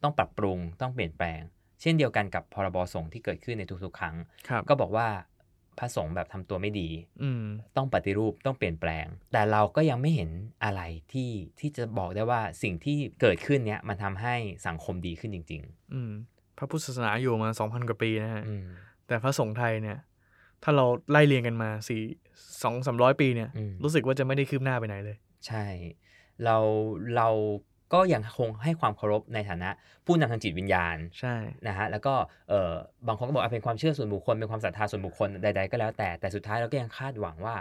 ต้องปรับปรุง ต้องเปลี่ยนแปลง เช่นเดียวกันกับพรบสงฆ์ที่เกิดขึ้นในทุกๆ ครั้ง
ครับ
ก็บอกว่าพระสงฆ์แบบทำตัวไม่ดี
อืม
ต้องปฏิรูปต้องเปลี่ยนแปลง แต่เราก็ยังไม่เห็นอะไรที่ที่จะบอกได้ว่าสิ่งที่เกิดขึ้นเนี่ยมันทำให้สังคมดีขึ้นจริง
อืม พระพุทธศาสนาอยู่มาสองพันกว่าปีนะฮะ
ๆ อืม
แต่พระสงฆ์ไทยเนี่ย ถ้าเราไล่เรียงกันมาสี่สองสามร้อยปีเนี่ย
อืม
รู้สึกว่าจะไม่ได้คืบหน้าไปไหนเลย
ใช่ เราเราก็ยังคงให้ความเคารพในฐานะผู้นำทางจิตวิญญาณ
ใช่
นะฮะแล้วก็เอ่อบางคนก็บอกอ่ะเป็นความเชื่อส่วนบุคคลเป็นความศรัทธาส่วนบุคคลใด ๆ ก็แล้วแต่แต่สุดท้ายเราก็ยังคาดหวังว่า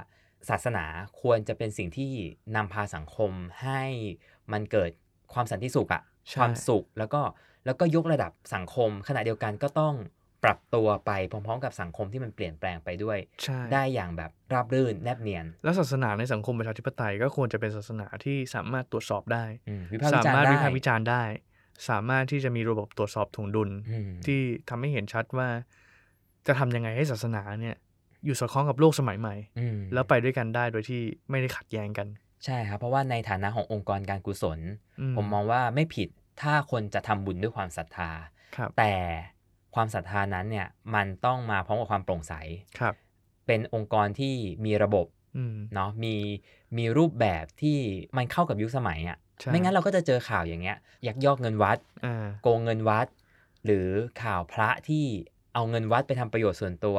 ศาสนาควรจะเป็นสิ่งที่นำพาสังคมให้มันเกิดความสันติสุขอะ
ใช่
ความสุขแล้วก็แล้วก็ยกระดับสังคม ขณะเดียวกันก็ต้องปรับตัวไปพร้อมๆ กับสังคมที่มันเปลี่ยนแปลงไปด้วย
ใช่
ได้อย่างแบบราบรื่นแนบเนียน
และศาสนาในสังคมประชาธิปไตยก็ควรจะเป็นศาสนาที่สามารถตรวจสอบได้
อืมวิพากษ์
สา
วิจาร
มารถ
ณ์ได้
วิพากษ์วิจารณ์ได้ สามารถที่จะมีระบบตรวจสอบถ่วงดุล
อืม
ที่ทำให้เห็นชัดว่า จะทำยังไงให้ศาสนาเนี่ย อยู่สอดคล้องกับโลกสมัยใหม่
อืม
แล้วไปด้วยกันได้โดยที่ไม่ได้ขัดแย้งกัน
ใช่ครับเพราะว่าในฐานะขององค์กรการกุศล
อื
ผมมองว่าไม่ผิดถ้าคนจะทำบุญด้วยความศรัทธา
ครับ
แต่ความศรัทธานั้นเนี่ยมันต้องมาพร้อมกับความโปร่งใส
ครับ
เป็นองค์กรที่มีระบบ
อืม
เนาะมีมีรูปแบบที่มันเข้ากับยุคสมัยอะ่ะ
ใช่
ไม่งั้นเราก็จะเจอข่าวอย่างเงี้ยยักยอกเงินวัด
อ่า
โกงเงินวัด หรือข่าวพระที่เอาเงินวัดไปทำประโยชน์ส่วนตัว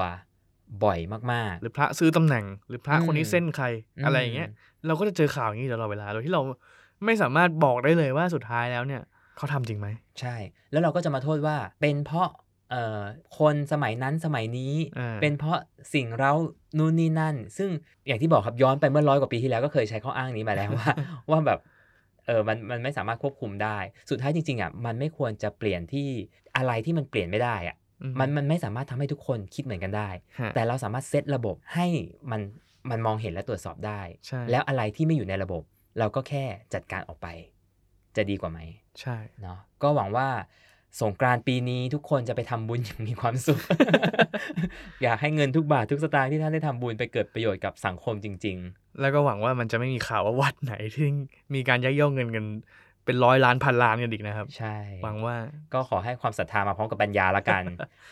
บ่อยมาก
หรือพระซื้อตำแหน่ง หรือพระคนนี้
อืม
เส้นใคร
ๆ
อะไรอย่างเงี้ย เราก็จะเจอข่าวอย่างนี้ตลอดเวลาโดยที่เราไม่สามารถบอกได้เลยว่าสุดท้ายแล้วเนี่ยเขาทำจริงไหม
ใช่ แล้วเราก็จะมาโทษว่าเป็นเพราะเอ่อคนสมัยนั้นสมัยนี้
อ่า
เป็นเพราะสิ่งเรานู่นนี่นั่น ซึ่งอย่างที่บอกครับย้อนไปเมื่อร้อยกว่าปีที่แล้วก็เคยใช้ข้ออ้างนี้มาแล้วว่า ว่าแบบเออมันมันไม่สามารถควบคุมได้ สุดท้ายจริงๆอ่ะมันไม่ควรจะเปลี่ยนที่อะไรที่มันเปลี่ยนไม่ได้อ่ะ
อื
มันมันไม่สามารถทำให้ทุกคนคิดเหมือนกันได้
ฮะ
แต่เราสามารถเซตระบบให้มันมันมองเห็นและตรวจสอบได้
ใช่
แล้วอะไรที่ไม่อยู่ในระบบ เราก็แค่จัดการออกไป จะดีกว่าไหม
ใช่
เนาะก็หวังว่าสงกรานต์ปีนี้ทุกคนจะไปทำบุญอย่างมีความสุข อยากให้เงินทุกบาททุกสตางค์ที่ท่านได้ทำบุญไปเกิดประโยชน์กับสังคมจริง
แล้วก็หวังว่ามันจะไม่มีข่าวว่าวัดไหนที่มีการยักย่อกเงินกันเป็นร้อยล้านพันล้านกันอีกนะครับ
ๆ ใช่
หวังว่า
ก็ขอให้ความศรัทธามาพร้อมกับปัญญาละกัน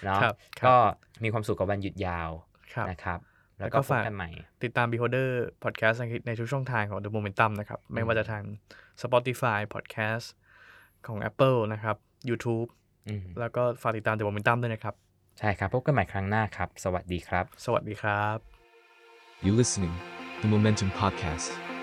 เนาะ
ครับครับ
ก็มีความสุขกับวันหยุดยาว
ครับ
นะครับ
แล้
แล้ว ว
ก็
ก็พบ
ฝาก
กันใหม่
ติดตาม Beholder Podcast อังกฤษในทุกช่องทางของ The Momentum นะครับ ไม่ว่าจะทาง Spotify Podcast ของ Apple นะครับ YouTube
อืม
แล้วก็ฝากติดตาม The Momentum ด้วยนะครับ
ใช่ครับ พบกันใหม่ครั้งหน้าครับ สวัสดีครับ
สวัสดีครับ
You listening, The Momentum Podcast.